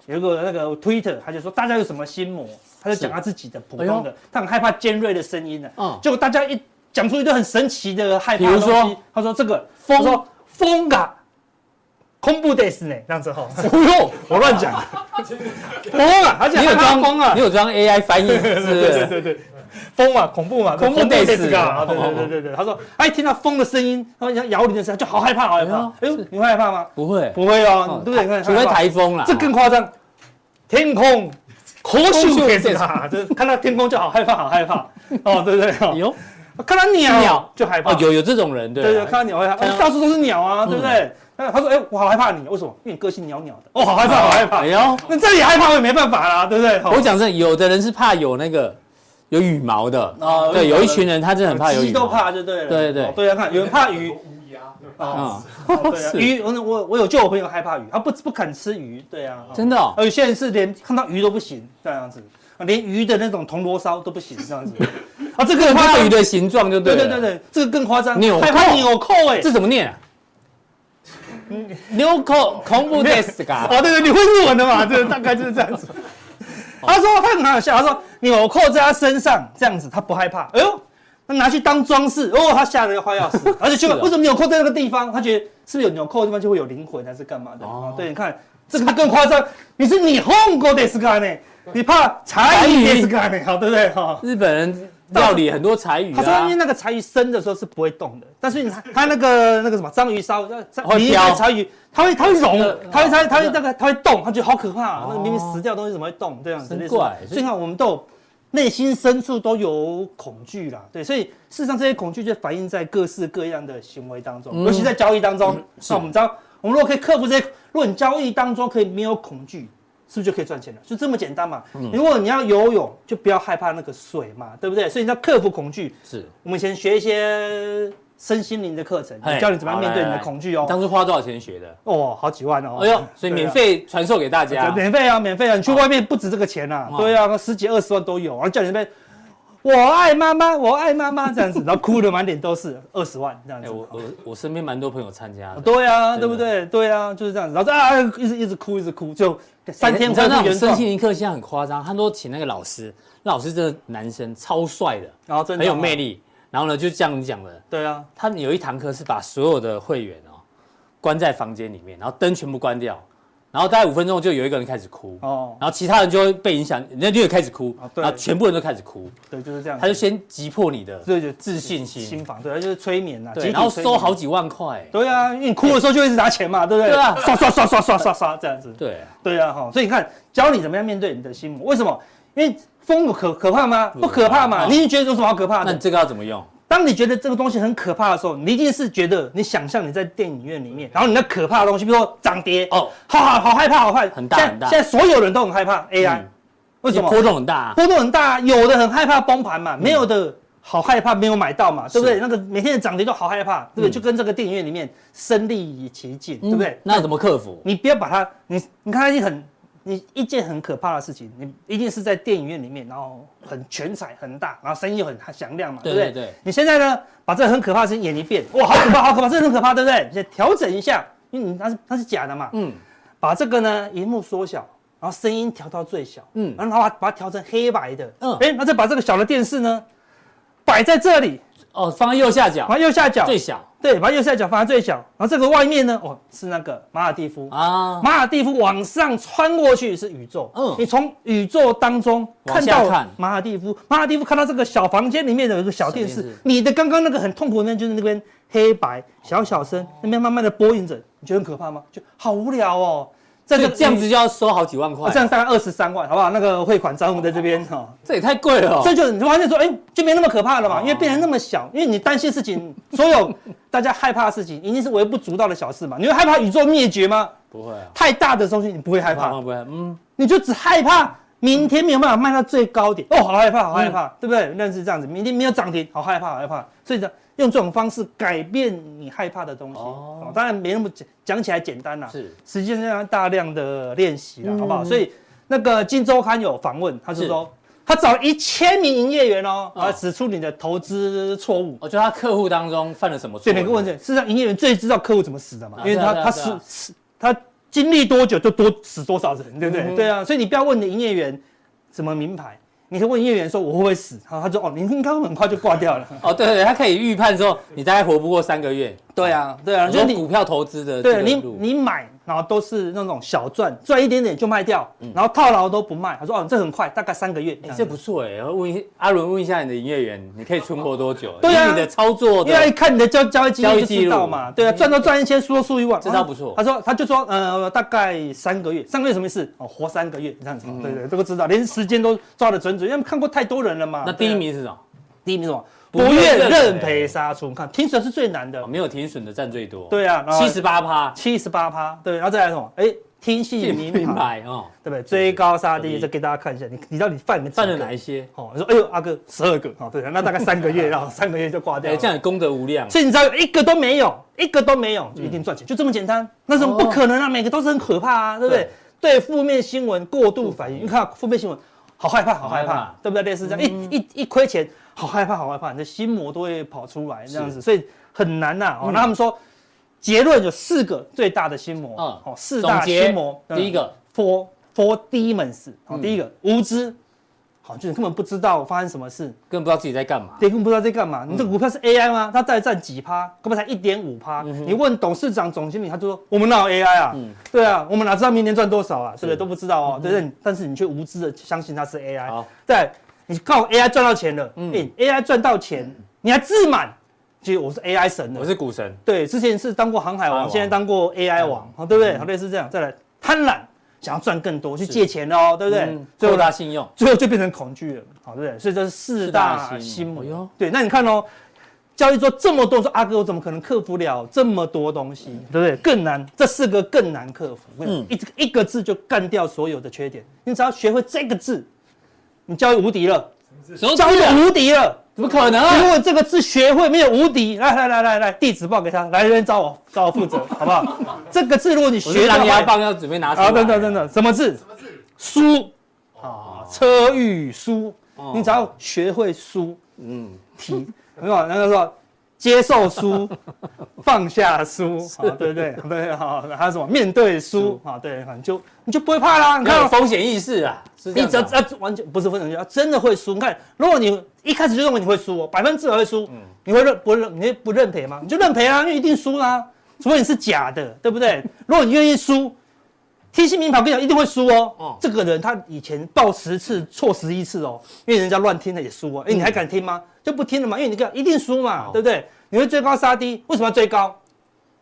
[SPEAKER 1] 有一个那个 Twitter，他就说大家有什么心魔，他就讲
[SPEAKER 2] 是
[SPEAKER 1] 他自己的普
[SPEAKER 2] 哎呦
[SPEAKER 1] 通的，他很害怕尖锐的声音呢、
[SPEAKER 2] 嗯
[SPEAKER 1] 结果大家一讲出一堆很神奇的害怕
[SPEAKER 2] 比如
[SPEAKER 1] 的
[SPEAKER 2] 说
[SPEAKER 1] 东西，他说这个
[SPEAKER 2] 风
[SPEAKER 1] 他说风啊，恐怖です呢，这样子哈，
[SPEAKER 2] 不用，
[SPEAKER 1] 我乱 讲的，风啊，而且
[SPEAKER 2] 你有
[SPEAKER 1] 害怕
[SPEAKER 2] 装
[SPEAKER 1] 风啊
[SPEAKER 2] 你，有装 AI 翻译，是不
[SPEAKER 1] 对对
[SPEAKER 2] 是？
[SPEAKER 1] 对对，风嘛，恐怖嘛，
[SPEAKER 2] 恐怖
[SPEAKER 1] 得
[SPEAKER 2] days
[SPEAKER 1] 死啊！对对对对对，他说，哎，听到风的声音，然后像摇铃的声音，就好害怕，好害怕。
[SPEAKER 2] 哎
[SPEAKER 1] 哎
[SPEAKER 2] 呦
[SPEAKER 1] 呦，你会害怕吗？
[SPEAKER 2] 不会，
[SPEAKER 1] 不会哦
[SPEAKER 2] 哦，
[SPEAKER 1] 对不对？你看
[SPEAKER 2] 除非，
[SPEAKER 1] 害
[SPEAKER 2] 台风啦
[SPEAKER 1] 怕。这更夸张，天空。口秀
[SPEAKER 2] 空
[SPEAKER 1] 电
[SPEAKER 2] 秀
[SPEAKER 1] 视塔，就是看到天空就好害怕，好害怕哦，对不对？哦
[SPEAKER 2] 有
[SPEAKER 1] 看到
[SPEAKER 2] 鸟
[SPEAKER 1] 鸟就害怕
[SPEAKER 2] 哦，，哎有有这种人，对
[SPEAKER 1] 啊对对，
[SPEAKER 2] 啊
[SPEAKER 1] 看到鸟会害怕，
[SPEAKER 2] 看到
[SPEAKER 1] 哦到处都是鸟啊，对不对？那他说，哎，我好害怕你，为什么？因为你个性鸟鸟的，哦，好害怕，好害怕
[SPEAKER 2] 哎。呦，
[SPEAKER 1] 那这里害怕我也没办法啦，对不对？哦
[SPEAKER 2] 我讲真的，有的人是怕有那个有羽毛的，
[SPEAKER 1] 哦
[SPEAKER 2] 对，
[SPEAKER 1] 有
[SPEAKER 2] 有一群人他真的很怕有
[SPEAKER 1] 鸡
[SPEAKER 2] 羽
[SPEAKER 1] 都
[SPEAKER 2] 毛，
[SPEAKER 1] 怕就对了。
[SPEAKER 2] 对对
[SPEAKER 1] 哦对啊，看有人怕鱼，
[SPEAKER 4] 乌鸦，
[SPEAKER 2] 啊，
[SPEAKER 1] 哦对啊，
[SPEAKER 2] 是
[SPEAKER 1] 鱼，我我我有救我朋友害怕鱼，他不不肯吃鱼，对啊，哦
[SPEAKER 2] 真的哦
[SPEAKER 1] 而有些人是连看到鱼都不行这样子，啊连鱼的那种铜锣烧都不行这样子，啊，这个
[SPEAKER 2] 更
[SPEAKER 1] 更
[SPEAKER 2] 怕
[SPEAKER 1] 夸
[SPEAKER 2] 鱼
[SPEAKER 1] 张，
[SPEAKER 2] 的形状就对
[SPEAKER 1] 对
[SPEAKER 2] 了
[SPEAKER 1] 对对，对，这个更夸张，
[SPEAKER 2] 纽扣
[SPEAKER 1] 害怕纽扣哎，
[SPEAKER 2] 这怎么念啊？纽扣恐怖 desk 嘎，
[SPEAKER 1] 哦对对，你会日文的嘛？这大概就是这样 子。他说他很好笑，他说纽扣在他身上这样子，他不害怕，哎呦。那拿去当装饰，哦，他吓得要快要 死，而且就、
[SPEAKER 2] 是哦
[SPEAKER 1] 为什么纽扣在那个地方？他觉得是不是有纽扣的地方就会有灵魂，还是干嘛的？
[SPEAKER 2] 哦
[SPEAKER 1] 哦，对，你看这个更夸张，你是你 home go des ga 呢，你怕柴
[SPEAKER 2] 鱼
[SPEAKER 1] 鱼 des ga 呢，好对不对？哈、
[SPEAKER 2] 日本人料理很多柴鱼
[SPEAKER 1] 他说因
[SPEAKER 2] 啊
[SPEAKER 1] 为，那个柴鱼生的时候是不会动的，但是你 看他那个那个什么章鱼烧，那章
[SPEAKER 2] 会
[SPEAKER 1] 你一看
[SPEAKER 2] 飘
[SPEAKER 1] 柴鱼，它会它会融
[SPEAKER 2] 呃，
[SPEAKER 1] 它会它会它会
[SPEAKER 2] 哦
[SPEAKER 1] 那个它会动，他觉得好可怕啊，那
[SPEAKER 2] 哦
[SPEAKER 1] 个明明死掉的东西怎么会动这样子？
[SPEAKER 2] 真
[SPEAKER 1] 类似
[SPEAKER 2] 怪
[SPEAKER 1] 所以你看我们都有内心深处都有恐惧啦，对，所以事实上这些恐惧就反映在各式各样的行为当
[SPEAKER 2] 嗯
[SPEAKER 1] 中，尤其在交易当中。那我们知道，我们如果可以克服这些，如果你交易当中可以没有恐惧。是不是就可以赚钱了？就这么简单嘛。
[SPEAKER 2] 嗯
[SPEAKER 1] 如果你要游泳，就不要害怕那个水嘛，对不对？所以你要克服恐惧，
[SPEAKER 2] 是
[SPEAKER 1] 我们以前学一些身心灵的课程
[SPEAKER 2] 嘿，
[SPEAKER 1] 教你怎么样面对
[SPEAKER 2] 好
[SPEAKER 1] 你的
[SPEAKER 2] 来来
[SPEAKER 1] 恐惧哦。
[SPEAKER 2] 当初花多少钱学的？
[SPEAKER 1] 哦，好几万哦。
[SPEAKER 2] 哎呦，所以免费传授给大
[SPEAKER 1] 对啊，
[SPEAKER 2] 家
[SPEAKER 1] 对。免费啊，免费啊！你去外面不止这个钱啊，
[SPEAKER 2] 哇
[SPEAKER 1] 对啊，十几二十万都有。啊然后叫你那边，我爱妈妈，我爱妈妈这样 子，然后哭的满脸都是，二十万这样
[SPEAKER 2] 哎、
[SPEAKER 1] 子。
[SPEAKER 2] 我我我身边蛮多朋友参加的，
[SPEAKER 1] 对啊，
[SPEAKER 2] 真
[SPEAKER 1] 对
[SPEAKER 2] 的
[SPEAKER 1] 不对？对啊，就是这样子。然后啊，一直一直哭，一直哭，就三天
[SPEAKER 2] 你知道
[SPEAKER 1] 恢
[SPEAKER 2] 那
[SPEAKER 1] 复
[SPEAKER 2] 种
[SPEAKER 1] 原
[SPEAKER 2] 身心
[SPEAKER 1] 状。
[SPEAKER 2] 灵课现在很夸张，他都请那个老师，那老师真的男生超帅的，
[SPEAKER 1] 然后哦真的
[SPEAKER 2] 很有魅
[SPEAKER 1] 力。
[SPEAKER 2] 力。然后呢，就像你讲的，
[SPEAKER 1] 对啊，
[SPEAKER 2] 他有一堂课是把所有的会员哦关在房间里面，然后灯全部关掉，然然后大概五分钟就有一个人开始哭，
[SPEAKER 1] 哦，
[SPEAKER 2] 然后其他人就会被影响，人家就也开始哭
[SPEAKER 1] 啊，对
[SPEAKER 2] 然后全部人都开始哭，
[SPEAKER 1] 对，就是这样子。
[SPEAKER 2] 他就先击破你的
[SPEAKER 1] 对就
[SPEAKER 2] 自信心，
[SPEAKER 1] 心房，对，他就是催眠啊呐，集
[SPEAKER 2] 对，
[SPEAKER 1] 体
[SPEAKER 2] 然后
[SPEAKER 1] 催
[SPEAKER 2] 收
[SPEAKER 1] 眠
[SPEAKER 2] 好。几万块，
[SPEAKER 1] 对啊，因为你哭的时候就一直拿钱嘛，对不对？
[SPEAKER 2] 对啊
[SPEAKER 1] 刷刷刷刷刷刷刷这样子。
[SPEAKER 2] 对，
[SPEAKER 1] 对啊，哈，所以你看，教你怎么样面对你的心魔，为什么？因为疯有可可怕吗？不可怕嘛，
[SPEAKER 2] 嗯
[SPEAKER 1] 你已经觉得有什么好可怕
[SPEAKER 2] 那
[SPEAKER 1] 的
[SPEAKER 2] 你？这个要怎么用？
[SPEAKER 1] 当你觉得这个东西很可怕的时候，你一定是觉得你想象你在电影院里面，然后你那可怕的东西，比如说涨跌，
[SPEAKER 2] 哦，
[SPEAKER 1] 好好好害怕，好害怕，
[SPEAKER 2] 很大
[SPEAKER 1] 现在
[SPEAKER 2] 很大
[SPEAKER 1] 现在所有人都很害怕 AI，、
[SPEAKER 2] 嗯
[SPEAKER 1] 为什么？
[SPEAKER 2] 波动很大嗯啊，
[SPEAKER 1] 波动很大，有的很害怕崩盘嘛，没有的好害怕没有买到嘛，对不对？那个每天的涨跌都好害怕，对不对？就跟这个电影院里面身临其境，对不对
[SPEAKER 2] 嗯？那怎么克服？
[SPEAKER 1] 你不要把它，你你看它一很，你一件很可怕的事情，你一定是在电影院里面，然后很全彩很大，然后声音又很响亮嘛，
[SPEAKER 2] 对
[SPEAKER 1] 对不对？
[SPEAKER 2] 对对
[SPEAKER 1] 你现在呢，把这个很可怕的事情演一遍，哇，好可怕，好可怕，这个很可怕，对不对？你再调整一下，因为你它是它是假的嘛，
[SPEAKER 2] 嗯，
[SPEAKER 1] 把这个呢荧幕缩小，然后声音调到最小，
[SPEAKER 2] 嗯
[SPEAKER 1] 嗯，然后把它把它调成黑白的，
[SPEAKER 2] 嗯
[SPEAKER 1] 嗯，哎，那再把这个小的电视呢摆在这里，
[SPEAKER 2] 哦，放在右下角
[SPEAKER 1] 把右下角，
[SPEAKER 2] 最小
[SPEAKER 1] 对，把右下角放在最小，然后这个外面呢，哦，是那个马尔蒂夫。
[SPEAKER 2] 啊，
[SPEAKER 1] 马尔蒂夫往上穿过去是宇宙，
[SPEAKER 2] 嗯
[SPEAKER 1] 嗯，你从宇宙当中
[SPEAKER 2] 往
[SPEAKER 1] 看
[SPEAKER 2] 下
[SPEAKER 1] 到
[SPEAKER 2] 看
[SPEAKER 1] 马尔蒂夫，马尔蒂夫看到这个小房间里面有一个小电
[SPEAKER 2] 小
[SPEAKER 1] 视
[SPEAKER 2] 电视，
[SPEAKER 1] 你的刚刚那个很痛苦的那就是那边黑白小小声，那边慢慢的播映着，你觉得很可怕吗？就好无聊哦，在
[SPEAKER 2] 这
[SPEAKER 1] 个
[SPEAKER 2] 个这样子就要收好几万块
[SPEAKER 1] 哦，这，样大概二十三万，好不好？那个汇款账户在这边哈，
[SPEAKER 2] 这也太贵了哦，
[SPEAKER 1] 这就你就发现说，哎，就没那么可怕了嘛，
[SPEAKER 2] 哦
[SPEAKER 1] 因为变成那么小，因为你担心事情，所有大家害怕的事情，一定是微不足道的小事嘛。你会害怕宇宙灭绝吗？
[SPEAKER 2] 不会啊，
[SPEAKER 1] 太大的东西你不会害
[SPEAKER 2] 不会
[SPEAKER 1] 怕，
[SPEAKER 2] 不会，嗯，
[SPEAKER 1] 你就只害怕明天没有办法卖到最高点，哦，好害
[SPEAKER 2] 嗯
[SPEAKER 1] 怕，好害怕，对不对？那是这样子，明天没有涨停，好害怕，好害怕。所以呢，用这种方式改变你害怕的东西，
[SPEAKER 2] 哦
[SPEAKER 1] 哦，当然没那么讲讲起来简单啦，
[SPEAKER 2] 是
[SPEAKER 1] 实际上大量的练习了，
[SPEAKER 2] 嗯
[SPEAKER 1] 好不好？所以那个《金周刊》有访问，他是说他找一千名营业员哦，
[SPEAKER 2] 哦
[SPEAKER 1] 来指出你的投资错误。
[SPEAKER 2] 我觉得他客户当中犯了什么错？
[SPEAKER 1] 所以每个问题，事实上营业员最知道客户怎么死的嘛
[SPEAKER 2] 啊，
[SPEAKER 1] 因为他
[SPEAKER 2] 对啊
[SPEAKER 1] 他
[SPEAKER 2] 对啊对
[SPEAKER 1] 死
[SPEAKER 2] 啊
[SPEAKER 1] 死他经历多久就多死多少人，对不
[SPEAKER 2] 嗯哼
[SPEAKER 1] 对？对啊，所以你不要问你的营业员什么名牌，你可以问营业员说我会不会死，然后他说哦，你应该会很快就挂掉了。
[SPEAKER 2] 哦，对对，他可以预判说你大概活不过三个月。
[SPEAKER 1] 对啊，对啊，
[SPEAKER 2] 很
[SPEAKER 1] 就
[SPEAKER 2] 多
[SPEAKER 1] 是你
[SPEAKER 2] 股票投资的这
[SPEAKER 1] 对啊
[SPEAKER 2] 个
[SPEAKER 1] 你
[SPEAKER 2] 路，
[SPEAKER 1] 你买，然后都是那种小赚，赚一点点就卖掉，然后套牢都不卖。他说哦，这很快，大概三个月。
[SPEAKER 2] 哎这不错哎。问一阿伦问一下你的营业员，你可以存活多久？
[SPEAKER 1] 对啊
[SPEAKER 2] 以你的操作
[SPEAKER 1] 因为他一
[SPEAKER 2] 的
[SPEAKER 1] 看你的交交易记
[SPEAKER 2] 交
[SPEAKER 1] 录
[SPEAKER 2] 易
[SPEAKER 1] 就
[SPEAKER 2] 记
[SPEAKER 1] 知
[SPEAKER 2] 录嗯
[SPEAKER 1] 道嘛，对啊，赚都赚一千，输都输一万，
[SPEAKER 2] 这招不错
[SPEAKER 1] 啊他说他就说呃，大概三个月，三个月什么意思？哦，活三个月这样子，
[SPEAKER 2] 嗯
[SPEAKER 1] 对对，这个知道，连时间都抓得准准，因为他们看过太多人了嘛。
[SPEAKER 2] 那
[SPEAKER 1] 对啊
[SPEAKER 2] 第一，名是什么？
[SPEAKER 1] 第一名是什么？
[SPEAKER 2] 不
[SPEAKER 1] 不
[SPEAKER 2] 愿
[SPEAKER 1] 愿认
[SPEAKER 2] 认
[SPEAKER 1] 赔杀出，你看停损是最难的
[SPEAKER 2] 哦，没有停损的占最多，
[SPEAKER 1] 对啊，
[SPEAKER 2] 七十八趴，
[SPEAKER 1] 七十八趴，对，然后再来什么？哎，听信
[SPEAKER 2] 明
[SPEAKER 1] 名
[SPEAKER 2] 明
[SPEAKER 1] 牌，
[SPEAKER 2] 白哦，
[SPEAKER 1] 对不对？追高杀
[SPEAKER 2] 对
[SPEAKER 1] 低，这给大家看一下，你你到底犯了几
[SPEAKER 2] 犯了
[SPEAKER 1] 个
[SPEAKER 2] 哪一些？
[SPEAKER 1] 哦，你说哎呦阿哥十二个哦，对，那大概三个 月，然后三个月就挂掉
[SPEAKER 2] 哎，
[SPEAKER 1] 了。
[SPEAKER 2] 这样你功德无量。
[SPEAKER 1] 所以你知道一个都没有，一个都没
[SPEAKER 2] 嗯
[SPEAKER 1] 有就一定赚钱，就这么简单。那
[SPEAKER 2] 哦
[SPEAKER 1] 怎么不可能啊？每个都是很可怕啊，对不对？对负面新闻过度反应，你看负面新闻，好害怕，好害
[SPEAKER 2] 好害怕嗯
[SPEAKER 1] 怕，对不对？类似这样，一一一亏钱，好害怕，好害怕，你的心魔都会跑出来，这样
[SPEAKER 2] 嗯
[SPEAKER 1] 子，所以很难呐。哦，那他们说结论有四个最大的心魔，
[SPEAKER 2] 嗯
[SPEAKER 1] 哦，四大
[SPEAKER 2] 总结
[SPEAKER 1] 心魔，
[SPEAKER 2] 第一个嗯
[SPEAKER 1] four four demons，好，第一个无知，好，就是你根本不知道发生什么事，
[SPEAKER 2] 根本不知道自己在干嘛。
[SPEAKER 1] 对，根本不知道在干嘛。
[SPEAKER 2] 嗯
[SPEAKER 1] 你这个股票是 AI 吗？它大概占几趴？根本才一点五趴。
[SPEAKER 2] 嗯
[SPEAKER 1] 你问董事长、总经理，他就说我们哪有 AI 啊？对啊，我们哪知道明年赚多少
[SPEAKER 2] 嗯
[SPEAKER 1] 啊？对不对？都不知道哦，对不对？但是你却无知的相信它是 AI
[SPEAKER 2] 好。嗯
[SPEAKER 1] 对，你靠 AI 赚到钱了，哎，AI 赚到钱，你还自满，其实我是 AI 神
[SPEAKER 2] 我
[SPEAKER 1] 了。
[SPEAKER 2] 是股神，
[SPEAKER 1] 对，之前是当过航海
[SPEAKER 2] 航海
[SPEAKER 1] 王，
[SPEAKER 2] 王嗯
[SPEAKER 1] 现在当过 AI 王，哦对不对？好，类似这样。再来，贪婪，想要赚更多，去借钱哦，对不对
[SPEAKER 2] 嗯？
[SPEAKER 1] 最后呢
[SPEAKER 2] 扩大信用，
[SPEAKER 1] 最后就变成恐惧了，好对不对？所以这是四
[SPEAKER 2] 四大
[SPEAKER 1] 大
[SPEAKER 2] 心
[SPEAKER 1] 心
[SPEAKER 2] 魔
[SPEAKER 1] 魔。
[SPEAKER 2] 哎呦
[SPEAKER 1] 对，那你看哦，交易做这么多，说阿哥我怎么可能克服了这么多东西，对不对？更难，这四个更难克服。
[SPEAKER 2] 嗯
[SPEAKER 1] 嗯，一一个字就干掉所有的缺点，你只要学会这个字，你交易无敌了，
[SPEAKER 2] 手指
[SPEAKER 1] 交易无敌了。
[SPEAKER 2] 怎么可能
[SPEAKER 1] 如
[SPEAKER 2] 啊？
[SPEAKER 1] 果这个字学会没有无敌，来来来来来，地址报给他，来人找我找我负责，好不 好？这个字如果你
[SPEAKER 2] 我是
[SPEAKER 1] 学到
[SPEAKER 2] 狼牙
[SPEAKER 1] 会
[SPEAKER 2] 棒要准备拿出来。
[SPEAKER 1] 啊，等等等等，什么字？书啊，车与书，你只要学会书，嗯，体，很好，那个说接受 书，放下书，啊，对对对，好，还有什么面对书啊，对，你就你就不会怕啦，你
[SPEAKER 2] 要
[SPEAKER 1] 看。哦
[SPEAKER 2] 有风险意识啊，是
[SPEAKER 1] 你
[SPEAKER 2] 这样
[SPEAKER 1] 只要
[SPEAKER 2] 子啊
[SPEAKER 1] 啊，完全不是分成，要真的会输。你看，如果你一开始就认为你会输哦，百分之百会输，
[SPEAKER 2] 嗯
[SPEAKER 1] 你会认不认？你不认赔吗？你就认赔啊，因为一定输啦、除非你是假的，对不对？如果你愿意输， 贴心名牌，我跟你讲一定会输哦。
[SPEAKER 4] 哦
[SPEAKER 1] 这个人他以前报十次错十一次哦，因为人家乱听了也输哦。哎、你还敢听吗？就不听了嘛，因为你这个一定输
[SPEAKER 2] 哦
[SPEAKER 1] 嘛，对不对？你会追高杀低，为什么要追高？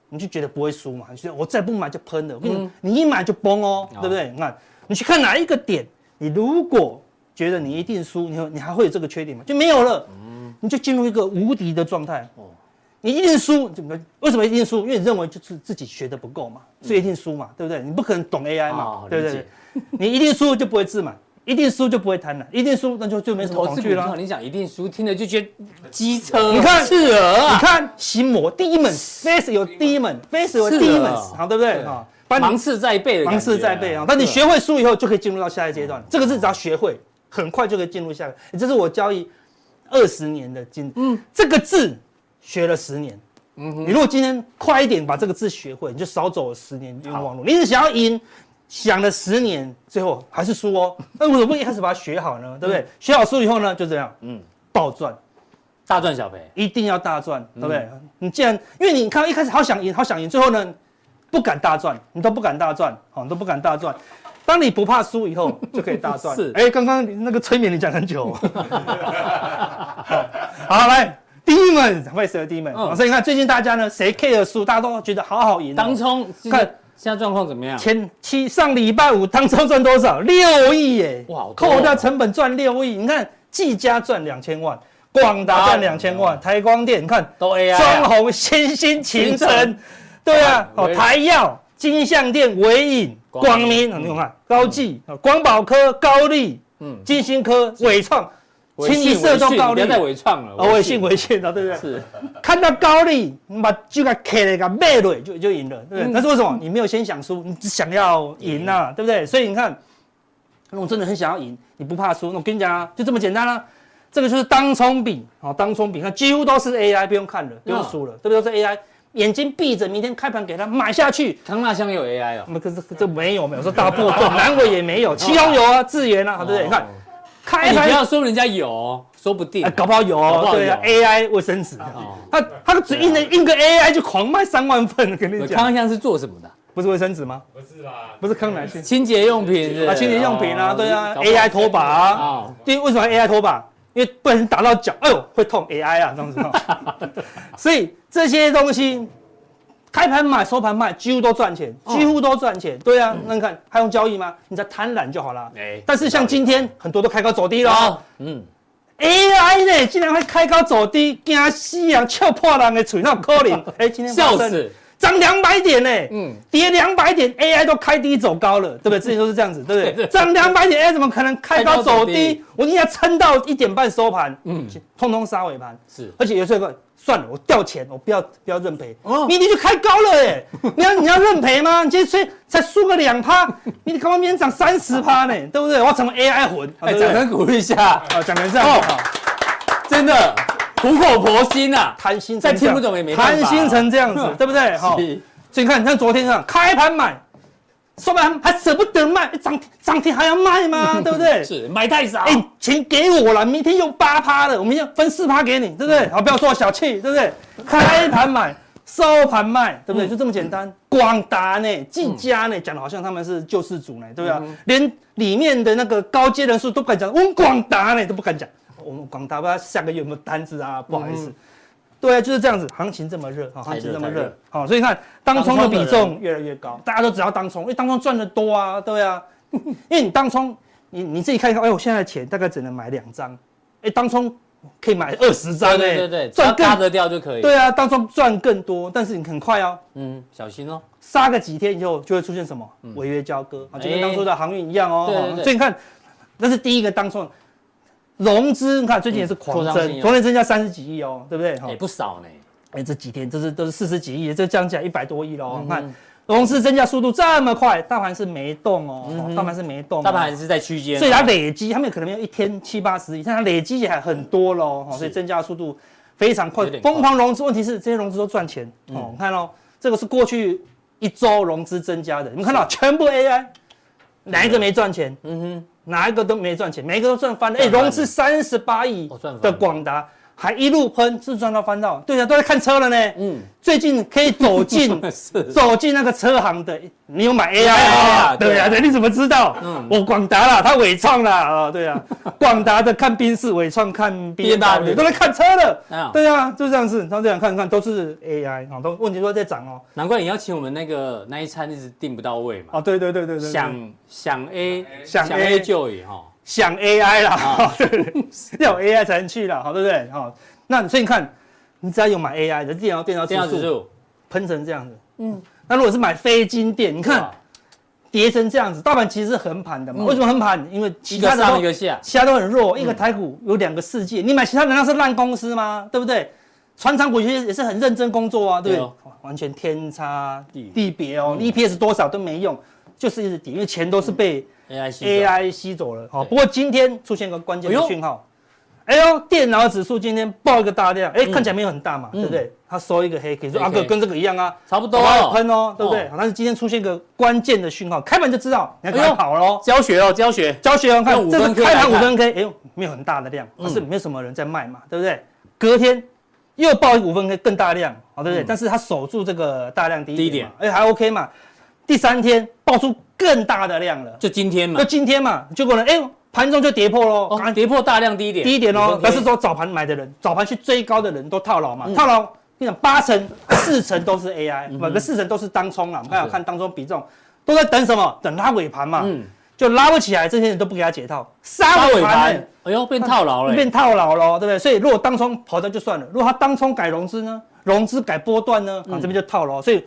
[SPEAKER 1] 你就觉得不会输嘛，你就觉得我再不买就喷了。
[SPEAKER 2] 嗯
[SPEAKER 1] 我跟你讲，你一买就崩哦，对不对？你看，你去看哪一个点，你如果觉得你一定输，你会你还会有这个缺点吗？就没有了，
[SPEAKER 2] 嗯
[SPEAKER 1] 你就进入一个无敌的状态。
[SPEAKER 2] 哦
[SPEAKER 1] 你一定输，怎么？为什么一定输？因为你认为就是自己学的不够嘛，所以一定输嘛，对不对？你不可能懂 AI 嘛，
[SPEAKER 2] 哦
[SPEAKER 1] 对不
[SPEAKER 2] 嗯理
[SPEAKER 1] 对
[SPEAKER 2] 解？
[SPEAKER 1] 你一定输就不会自满，一定输就不会贪婪，一定输那就就没什么
[SPEAKER 2] 投
[SPEAKER 1] 恐
[SPEAKER 2] 资股
[SPEAKER 1] 惧啦
[SPEAKER 2] 票，。你讲一定输，听了就觉得机车，
[SPEAKER 1] 你看
[SPEAKER 2] 刺耳
[SPEAKER 1] 你
[SPEAKER 2] 啊，
[SPEAKER 1] 看心魔第一门，face 有第一门，face 有第一门，好对不对？啊，把你
[SPEAKER 2] 芒刺在背的感觉
[SPEAKER 1] 芒刺在背啊。但你学会输以后，就可以进入到下一阶段。这个是只要学会，很快就可以进入下一个。这是我交易二十年的经，嗯，这个字学了十年。你如果今天快一点把这个字学会，你就少走了十年冤枉路。你是想要赢，想了十年，最后还是输哦。那为什么不一开始把它学好呢？对不对？学好书以后呢，就这样，嗯，暴赚。
[SPEAKER 2] 大赚小赔，
[SPEAKER 1] 一定要大赚，
[SPEAKER 2] 嗯
[SPEAKER 1] 对不对？你既然因为你看到一开始好想赢，好想赢，最后呢不敢大赚，你都不敢大赚，好、你都不敢大赚。当你不怕输以 后，就可以大赚。
[SPEAKER 2] 是
[SPEAKER 1] 哎，刚刚那个催眠你讲很 久、好，来第一门，会谁的第一门？
[SPEAKER 2] 嗯
[SPEAKER 1] 好所以你看最近大家呢，谁 care 输，大家都觉得好好赢哦、
[SPEAKER 2] 当冲
[SPEAKER 1] 看
[SPEAKER 2] 看现在状况怎么样？
[SPEAKER 1] 前期上礼拜五当中赚多少？六亿耶！
[SPEAKER 2] 哇好多哦
[SPEAKER 1] 扣掉成本赚六亿。你看技嘉赚两千万，广达赚两千
[SPEAKER 2] 嗯
[SPEAKER 1] 万，台光电你看
[SPEAKER 2] 都 AI 啊
[SPEAKER 1] 中红、新兴、秦
[SPEAKER 2] 秦
[SPEAKER 1] 城
[SPEAKER 2] 城，
[SPEAKER 1] 对啊，
[SPEAKER 2] 哇
[SPEAKER 1] 哦
[SPEAKER 2] 微软
[SPEAKER 1] 台药、金象电、伟影、
[SPEAKER 2] 光
[SPEAKER 1] 光
[SPEAKER 2] 明
[SPEAKER 1] 明，你看高技、哦光宝科、高力、
[SPEAKER 2] 嗯，
[SPEAKER 1] 金星科、伟创，
[SPEAKER 2] 微信
[SPEAKER 1] 清一色都
[SPEAKER 2] 微信
[SPEAKER 1] 高
[SPEAKER 2] 不
[SPEAKER 1] 利
[SPEAKER 2] 要再伪创了，
[SPEAKER 1] 哦，伟信伟信的，对不对？
[SPEAKER 2] 是
[SPEAKER 1] 看到高利，你把就给开了个卖了，就就赢了，对不对？
[SPEAKER 2] 嗯
[SPEAKER 1] 但是为什么你没有先想输，你只想要赢啊，对不对？所以你看，那我真的很想要赢，你不怕输，那我跟你讲啊，就这么简单啦、这个就是当冲比，好、当冲比，看几乎都是 AI，不用看了，
[SPEAKER 2] 嗯
[SPEAKER 1] 不用输了，对不对？都是 AI，眼睛闭着，明天开盘给他买下去。
[SPEAKER 2] 康纳香有 AI 哦，
[SPEAKER 1] 那可是这没有没有，说大波 动，南伟也没有，七龙有啊，智源啊，对不对？你看开
[SPEAKER 2] 哎，你不
[SPEAKER 1] 盘
[SPEAKER 2] 要说人家有哦，说不定
[SPEAKER 1] 哎，搞不好有
[SPEAKER 2] 搞不
[SPEAKER 1] 哦，
[SPEAKER 2] 好
[SPEAKER 1] 对啊
[SPEAKER 2] 有
[SPEAKER 1] ，AI 卫生纸，
[SPEAKER 2] 哦
[SPEAKER 1] 他他只印了印个 AI 就狂卖三万份，跟你
[SPEAKER 2] 啊康
[SPEAKER 1] 讲，
[SPEAKER 2] 纳香是做什么的？
[SPEAKER 1] 不是卫生纸吗？
[SPEAKER 5] 不是啦，
[SPEAKER 1] 不是康乃馨
[SPEAKER 2] 清洁用品是不是
[SPEAKER 1] 啊，清洁用品啊，对啊
[SPEAKER 2] 哦搞不好
[SPEAKER 1] ，AI 拖把啊，
[SPEAKER 2] 哦
[SPEAKER 1] 对，为什么 AI 拖把？因为不然打到脚，哎呦会痛 AI 啊，这样子 哦，所以这些东西。开盘买，收盘卖，几乎都赚钱，
[SPEAKER 2] 哦
[SPEAKER 1] 几乎都赚钱。对啊，那你看还用交易吗？你在贪婪就好啦。
[SPEAKER 2] 嗯哎
[SPEAKER 1] 但是像今天很多都开高走低了，
[SPEAKER 2] 好，嗯，
[SPEAKER 1] AI 呢，竟然会开高走低，惊死人，笑破人的嘴，那有可 能？哎、今天发
[SPEAKER 2] 笑
[SPEAKER 1] 生
[SPEAKER 2] 死，
[SPEAKER 1] 涨两百点呢、
[SPEAKER 2] 嗯
[SPEAKER 1] 嗯，跌两百点，AI 都开低走高了，对 不对？之前都是这样子，对不
[SPEAKER 2] 对对
[SPEAKER 1] 对？涨两百点，AI 怎么可能开高走
[SPEAKER 2] 开高走
[SPEAKER 1] 低
[SPEAKER 2] 低？
[SPEAKER 1] 我一定要撑到一点半收盘，
[SPEAKER 2] 嗯
[SPEAKER 1] 嗯，通通杀尾盘。
[SPEAKER 2] 是
[SPEAKER 1] 而且有时候算了，我掉钱，我不要不要认赔，
[SPEAKER 2] 哦
[SPEAKER 1] 明天就开高了哎、 你要你要认赔吗？你今天虽才输个两趴，明天刚刚明天涨三十趴呢，对不对？我要成为 AI 魂，啊
[SPEAKER 2] 哎，
[SPEAKER 1] 对不
[SPEAKER 2] 掌
[SPEAKER 1] 对？
[SPEAKER 2] 声鼓励一下，
[SPEAKER 1] 啊，讲成这样子。
[SPEAKER 2] 哦真的苦口婆心啊，
[SPEAKER 1] 贪心
[SPEAKER 2] 再
[SPEAKER 1] 成这样，
[SPEAKER 2] 听不懂也没办法
[SPEAKER 1] 贪心成这样子，对不对？哈，所以你看，像昨天这样开盘买，收盘还舍不得卖，涨涨停还要卖 吗？对不对？
[SPEAKER 2] 是买太少，
[SPEAKER 1] 哎、钱给我了，明天用八趴的，我明天分四趴给你，对不
[SPEAKER 2] 嗯
[SPEAKER 1] 对？好，不要说我小气，对不对？开盘买，收盘卖，对不
[SPEAKER 2] 嗯
[SPEAKER 1] 对？就这么简单。广达呢，技嘉呢，讲的好像他们是救世主呢，对不对？
[SPEAKER 2] 嗯
[SPEAKER 1] 连里面的那个高阶人士都不敢讲，我们广达呢都不敢讲，我们广达不知道下个月有没有单子啊？不好意思。对啊，就是这样子，行情这么热，好哦行情这么
[SPEAKER 2] 嗯太热太
[SPEAKER 1] 热
[SPEAKER 2] 热，
[SPEAKER 1] 好、所以你看当冲的比
[SPEAKER 2] 当冲
[SPEAKER 1] 重越来越高，大家都只要当冲，因为当冲赚的多啊，对啊， 因为你当冲，你你自己看一看，哎，我现在的钱大概只能买两张，哎，当冲可以买二十张
[SPEAKER 2] 对
[SPEAKER 1] 哎，
[SPEAKER 2] 对对对，只要
[SPEAKER 1] 赚
[SPEAKER 2] 搭
[SPEAKER 1] 更
[SPEAKER 2] 得掉就可以，
[SPEAKER 1] 对啊，当冲赚更多，但是你很快哦，
[SPEAKER 2] 嗯，小心哦，
[SPEAKER 1] 杀个几天以后就会出现什么违约交割啊，就跟当初的航运一样哦。
[SPEAKER 2] 嗯哎对对对
[SPEAKER 1] 所以你看，那是第一个当冲融资，你看最近也是狂
[SPEAKER 2] 嗯扩张性
[SPEAKER 1] 增，
[SPEAKER 2] 哦
[SPEAKER 1] 昨天增加三十几亿哦，对不对？哈
[SPEAKER 2] 哎，不少呢，
[SPEAKER 1] 哎，这几天这是都是四十几亿，这降起来一百多亿喽。你
[SPEAKER 2] 嗯
[SPEAKER 1] 看融资增加速度这么快，大盘是没动哦，哦大盘是没动哦，
[SPEAKER 2] 嗯大盘还是在区间，
[SPEAKER 1] 所以它累积，他们可能没有一天七八十亿，但它累积起来很多喽，哦所以增加速度非常快
[SPEAKER 2] 有，点快嗯
[SPEAKER 1] 疯狂融资。问题是这些融资都赚钱哦，你看哦，这个是过去一周融资增加的，你们看到全部 AI，哪一个没赚钱？
[SPEAKER 2] 嗯哼，
[SPEAKER 1] 哪一个都没赚钱，每一个都赚翻了。哎，
[SPEAKER 2] 赚翻了
[SPEAKER 1] 融资三十八亿
[SPEAKER 2] 哦赚翻了
[SPEAKER 1] 的广达，还一路喷，是赚到翻到。对啊，都在看车了呢。
[SPEAKER 2] 嗯，
[SPEAKER 1] 最近可以走 进
[SPEAKER 2] 是
[SPEAKER 1] 走进那个车行的，你有买 AI
[SPEAKER 2] 啊
[SPEAKER 1] 呃啊？
[SPEAKER 2] 对
[SPEAKER 1] 对
[SPEAKER 2] 啊
[SPEAKER 1] 啊，对，嗯你怎么知道？我广达啦，他伟创啦，啊，对 啊，广达的看宾士，伟创看 B
[SPEAKER 2] B&W
[SPEAKER 1] N W，都在看车
[SPEAKER 2] 啊
[SPEAKER 1] 了。对啊，就这样子，他这样看看都是 AI 啊，都问题都在涨哦。
[SPEAKER 2] 难怪你要请我们那个那一餐一直订不到位嘛。
[SPEAKER 1] 哦，对对对对对对，
[SPEAKER 2] 想想 A
[SPEAKER 1] 想
[SPEAKER 2] 想
[SPEAKER 1] A
[SPEAKER 2] A 就哦也哈，
[SPEAKER 1] 想 AI 啦，对不对？ 要有 AI 才能去啦，哦好，对不对？好，那所以你看，你只要有买 AI 的电脑电脑
[SPEAKER 2] 这
[SPEAKER 1] 指
[SPEAKER 2] 样子
[SPEAKER 1] 数
[SPEAKER 2] 就
[SPEAKER 1] 喷成这样子，嗯，那如果是买非金电，你看跌成这样子，大盘其实是横盘的嘛，
[SPEAKER 2] 嗯
[SPEAKER 1] 为什么横盘？因为
[SPEAKER 2] 一
[SPEAKER 1] 其
[SPEAKER 2] 个
[SPEAKER 1] 他的
[SPEAKER 2] 上一
[SPEAKER 1] 都
[SPEAKER 2] 个下，
[SPEAKER 1] 其他都很弱，一个台股有两个世界，你买其他难道是烂公司吗？对不对？船厂股其实也是很认真工作啊，对不
[SPEAKER 2] 对
[SPEAKER 1] 对？
[SPEAKER 2] 哦
[SPEAKER 1] 哇完全天差
[SPEAKER 2] 地嗯
[SPEAKER 1] 地别哦、e p s 多少都没用，就是一直跌，因为钱都是被。
[SPEAKER 2] AI 系统
[SPEAKER 1] AI 吸走了。好，
[SPEAKER 2] 对
[SPEAKER 1] 不过今天出现一个关键
[SPEAKER 2] 哦哎
[SPEAKER 1] 的
[SPEAKER 2] 呦
[SPEAKER 1] 讯号，哎呦，电脑指数今天爆一个大量，哎，
[SPEAKER 2] 嗯
[SPEAKER 1] 看起来没有很大嘛，
[SPEAKER 2] 嗯
[SPEAKER 1] 对不对？它收一个黑 K，说
[SPEAKER 2] 黑
[SPEAKER 1] 阿哥
[SPEAKER 2] K
[SPEAKER 1] 跟这个一样啊，
[SPEAKER 2] 差不多
[SPEAKER 1] 都要喷哦，对不对
[SPEAKER 2] 哦？
[SPEAKER 1] 好但是今天出现一个关键的讯号，开盘就知道你要赶
[SPEAKER 2] 哎
[SPEAKER 1] 快
[SPEAKER 2] 呦
[SPEAKER 1] 跑喽。
[SPEAKER 2] 教学哦，教学
[SPEAKER 1] 教学员
[SPEAKER 2] 用
[SPEAKER 1] 看，
[SPEAKER 2] 五
[SPEAKER 1] 这
[SPEAKER 2] 分
[SPEAKER 1] 个
[SPEAKER 2] K
[SPEAKER 1] 开
[SPEAKER 2] 来
[SPEAKER 1] 盘五
[SPEAKER 2] 看
[SPEAKER 1] 分 K，哎呦，没有很大的量，
[SPEAKER 2] 嗯
[SPEAKER 1] 可是没有什么人在卖嘛，对不对？隔天又爆一个五分 K 更大量，好，对不对
[SPEAKER 2] 嗯？
[SPEAKER 1] 但是它守住这个大量低
[SPEAKER 2] 低
[SPEAKER 1] 点嘛，哎，还 OK 嘛。第三天爆出更大的量了。
[SPEAKER 2] 就今天嘛
[SPEAKER 1] 那，今天嘛，结果呢，哎、呦，盘中就跌破喽，
[SPEAKER 2] 哦，
[SPEAKER 1] 赶
[SPEAKER 2] 跌破大量低点，
[SPEAKER 1] 低一点
[SPEAKER 2] 五
[SPEAKER 1] 哦
[SPEAKER 2] 分。
[SPEAKER 1] 表
[SPEAKER 2] K
[SPEAKER 1] 示说早盘买的人，早盘去追高的人都套牢嘛，
[SPEAKER 2] 嗯
[SPEAKER 1] 套牢，跟你讲八成四成都是 AI，
[SPEAKER 2] 嗯哼
[SPEAKER 1] 某个四成都是当冲啊啦。我们刚好
[SPEAKER 2] 是
[SPEAKER 1] 看当冲比重都在等什么？等拉尾盘嘛，
[SPEAKER 2] 嗯，
[SPEAKER 1] 就拉不起来，这些人都不给他解套，杀
[SPEAKER 2] 拉尾
[SPEAKER 1] 尾盘
[SPEAKER 2] 盘
[SPEAKER 1] 欸。，
[SPEAKER 2] 哎呦变套牢了欸，
[SPEAKER 1] 变套牢喽，对不对？所以如果当冲跑掉就算了，如果他当冲改融资呢？融资改波段呢？啊，
[SPEAKER 2] 嗯哎
[SPEAKER 1] 这边就套牢，所以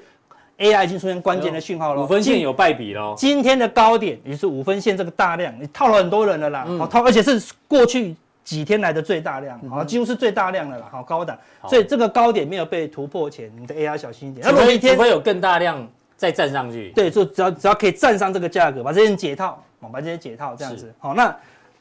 [SPEAKER 1] AI 已经出现关键的讯号了。
[SPEAKER 2] 五分
[SPEAKER 1] 今
[SPEAKER 2] 线有败笔喽，
[SPEAKER 1] 今天的高点也是五分线这个大量，你套了很多人了啦，
[SPEAKER 2] 嗯
[SPEAKER 1] 好、套，而且是过去几天来的最大量，好、几乎是最大量的啦，好高档，
[SPEAKER 2] 好
[SPEAKER 1] 所以这个高点没有被突破前，你的 AI 小心一点。那
[SPEAKER 2] 除
[SPEAKER 1] 如果
[SPEAKER 2] 非
[SPEAKER 1] 一
[SPEAKER 2] 除
[SPEAKER 1] 天
[SPEAKER 2] 非有更大量再站上去，
[SPEAKER 1] 对，就只要只要可以站上这个价格，把这些人解套，哦把这些解套这样子
[SPEAKER 2] 是，
[SPEAKER 1] 好、那。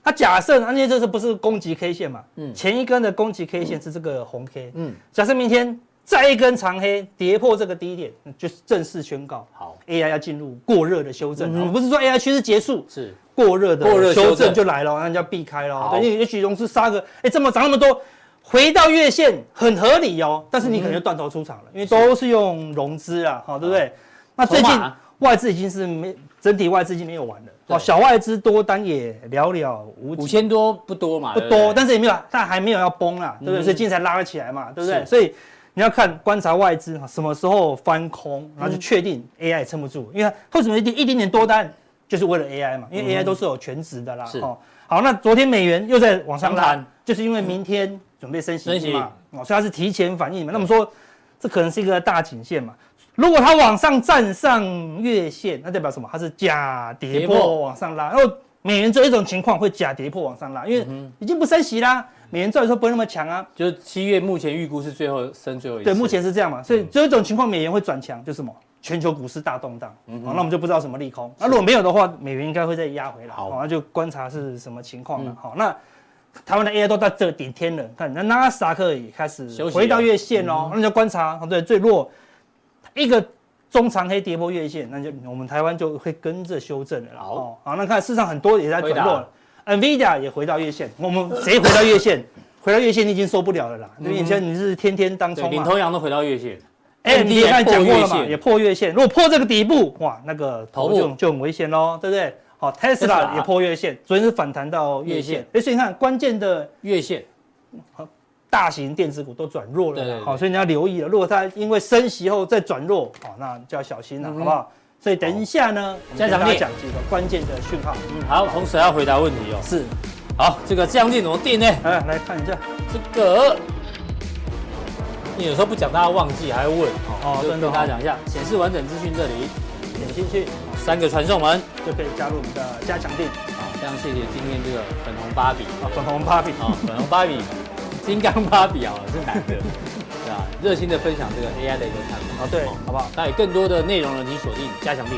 [SPEAKER 1] 那假设那因为这是不是攻击 K 线嘛？
[SPEAKER 2] 嗯
[SPEAKER 1] 前一根的攻击 K 线是这个红 K，
[SPEAKER 2] 嗯，
[SPEAKER 1] 假设明天再一根长黑跌破这个低点，就是正式宣告
[SPEAKER 2] 好
[SPEAKER 1] AI 要进入过热的修正。
[SPEAKER 2] 嗯
[SPEAKER 1] 我
[SPEAKER 2] 哼
[SPEAKER 1] 们不是说 AI 趋势结束，
[SPEAKER 2] 是
[SPEAKER 1] 过热的
[SPEAKER 2] 过热修
[SPEAKER 1] 修
[SPEAKER 2] 正
[SPEAKER 1] 正就来了，那就要避开了。
[SPEAKER 2] 好
[SPEAKER 1] 对，因为也许融资杀个，哎，这么涨那么多，回到月线很合理哦，但是你可能就断头出场了，因
[SPEAKER 2] 嗯
[SPEAKER 1] 为都是用融资啦，好，对不对？那最近
[SPEAKER 2] 筹码
[SPEAKER 1] 外资已经是没整体外资已经没有玩了，
[SPEAKER 2] 对
[SPEAKER 1] 哦，小外资多单也寥寥无
[SPEAKER 2] 五
[SPEAKER 1] 几。
[SPEAKER 2] 千多不多嘛，
[SPEAKER 1] 不
[SPEAKER 2] 对
[SPEAKER 1] 多，
[SPEAKER 2] 对
[SPEAKER 1] 但是也没有，但还没有要崩啊啦，对不对？
[SPEAKER 2] 嗯
[SPEAKER 1] 所以今天才拉了起来嘛，对不对？
[SPEAKER 2] 是
[SPEAKER 1] 所以你要看观察外资哈什么时候翻
[SPEAKER 2] 嗯
[SPEAKER 1] 空，然后就确定 AI 也撑不住，因为它为什么一定一点点多单就是为了 AI 嘛，因为 AI 都是有全值的啦
[SPEAKER 2] 嗯是。
[SPEAKER 1] 哦，好，那昨天美元又在往上
[SPEAKER 2] 强
[SPEAKER 1] 拉
[SPEAKER 2] 弹，
[SPEAKER 1] 就是因为明天准备升
[SPEAKER 2] 升
[SPEAKER 1] 息
[SPEAKER 2] 息
[SPEAKER 1] 嘛，哦，所以它是提前反应嘛。那我们说这可能是一个大颈线嘛。如果它往上站上月线，那代表什么？它是假跌
[SPEAKER 2] 跌
[SPEAKER 1] 破
[SPEAKER 2] 破
[SPEAKER 1] 往上拉。然后美元只有一种情况会假跌破往上拉，因为已经不升息啦，美元照理说不会那么强啊。
[SPEAKER 2] 就是七月目前预估是最后升最后一次，嗯
[SPEAKER 1] 对，目前是这样嘛，所以只有一种情况美元会转强，就是什么？全球股市大动荡，
[SPEAKER 2] 嗯
[SPEAKER 1] 好，那我们就不知道什么利空。那如果没有的话，美元应该会再压回来，
[SPEAKER 2] 好嗯
[SPEAKER 1] 好，那就观察是什么情况了。好，那台湾的 AI 都到这顶天了，看那纳斯达克也开始
[SPEAKER 2] 休息了嗯
[SPEAKER 1] 回到月线哦，那你就观察，对，最弱一个中长黑跌破月线，那就我们台湾就会跟着修正了啦。
[SPEAKER 2] 好
[SPEAKER 1] 哦，好，那看市场很多也在转弱
[SPEAKER 2] 回
[SPEAKER 1] 了，NVIDIA 也回到月线，我们谁回到月线？回到月线你已经受不了了啦，因为你现在你是天天当
[SPEAKER 2] 嗯对
[SPEAKER 1] 冲
[SPEAKER 2] 领
[SPEAKER 1] 嘛。
[SPEAKER 2] 头羊都回到月线，
[SPEAKER 1] 哎，你刚才讲过了嘛，也
[SPEAKER 2] 也
[SPEAKER 1] 破月线，如果破这个底部，哇，那个头
[SPEAKER 2] 头
[SPEAKER 1] 就
[SPEAKER 2] 部
[SPEAKER 1] 就很危险喽，对不对？好
[SPEAKER 2] Tesla
[SPEAKER 1] ，Tesla 也破月线，昨天是反弹到月
[SPEAKER 2] 月
[SPEAKER 1] 线
[SPEAKER 2] 线，
[SPEAKER 1] 而且你看关键的
[SPEAKER 2] 月线
[SPEAKER 1] 大型电子股都转弱了
[SPEAKER 2] 对对
[SPEAKER 1] 啦
[SPEAKER 2] 对，
[SPEAKER 1] 好，所以你要留意了，如果它因为升息后再转弱，好，那就要小心了，
[SPEAKER 2] 嗯哼
[SPEAKER 1] 好不好？所以等一下呢，我们
[SPEAKER 2] 家
[SPEAKER 1] 跟
[SPEAKER 2] 长
[SPEAKER 1] 大家
[SPEAKER 2] 练
[SPEAKER 1] 讲几个关键的讯号，
[SPEAKER 2] 嗯好，同时要回答问题哦。
[SPEAKER 1] 是，
[SPEAKER 2] 好，这个降定怎么定呢？
[SPEAKER 1] 哎来来看一下，
[SPEAKER 2] 这个你有时候不讲，大家忘记还会问
[SPEAKER 1] 哦
[SPEAKER 2] 哦。就
[SPEAKER 1] 真
[SPEAKER 2] 跟
[SPEAKER 1] 的哦
[SPEAKER 2] 大家讲一下，显示完整资讯这里
[SPEAKER 1] 点进去
[SPEAKER 2] 三个传送门。
[SPEAKER 1] 就可以加入我们的加强店
[SPEAKER 2] 好，非常谢谢今天这个粉红芭比
[SPEAKER 1] 啊，粉红 Papi，
[SPEAKER 2] 啊，粉红芭比，金刚芭比啊，是男 的，对啊，热心的分享这个 AI 的一个看
[SPEAKER 1] 哦啊，
[SPEAKER 2] 法。
[SPEAKER 1] 对，好不好？
[SPEAKER 2] 那有更多的内容呢，请锁定加强力。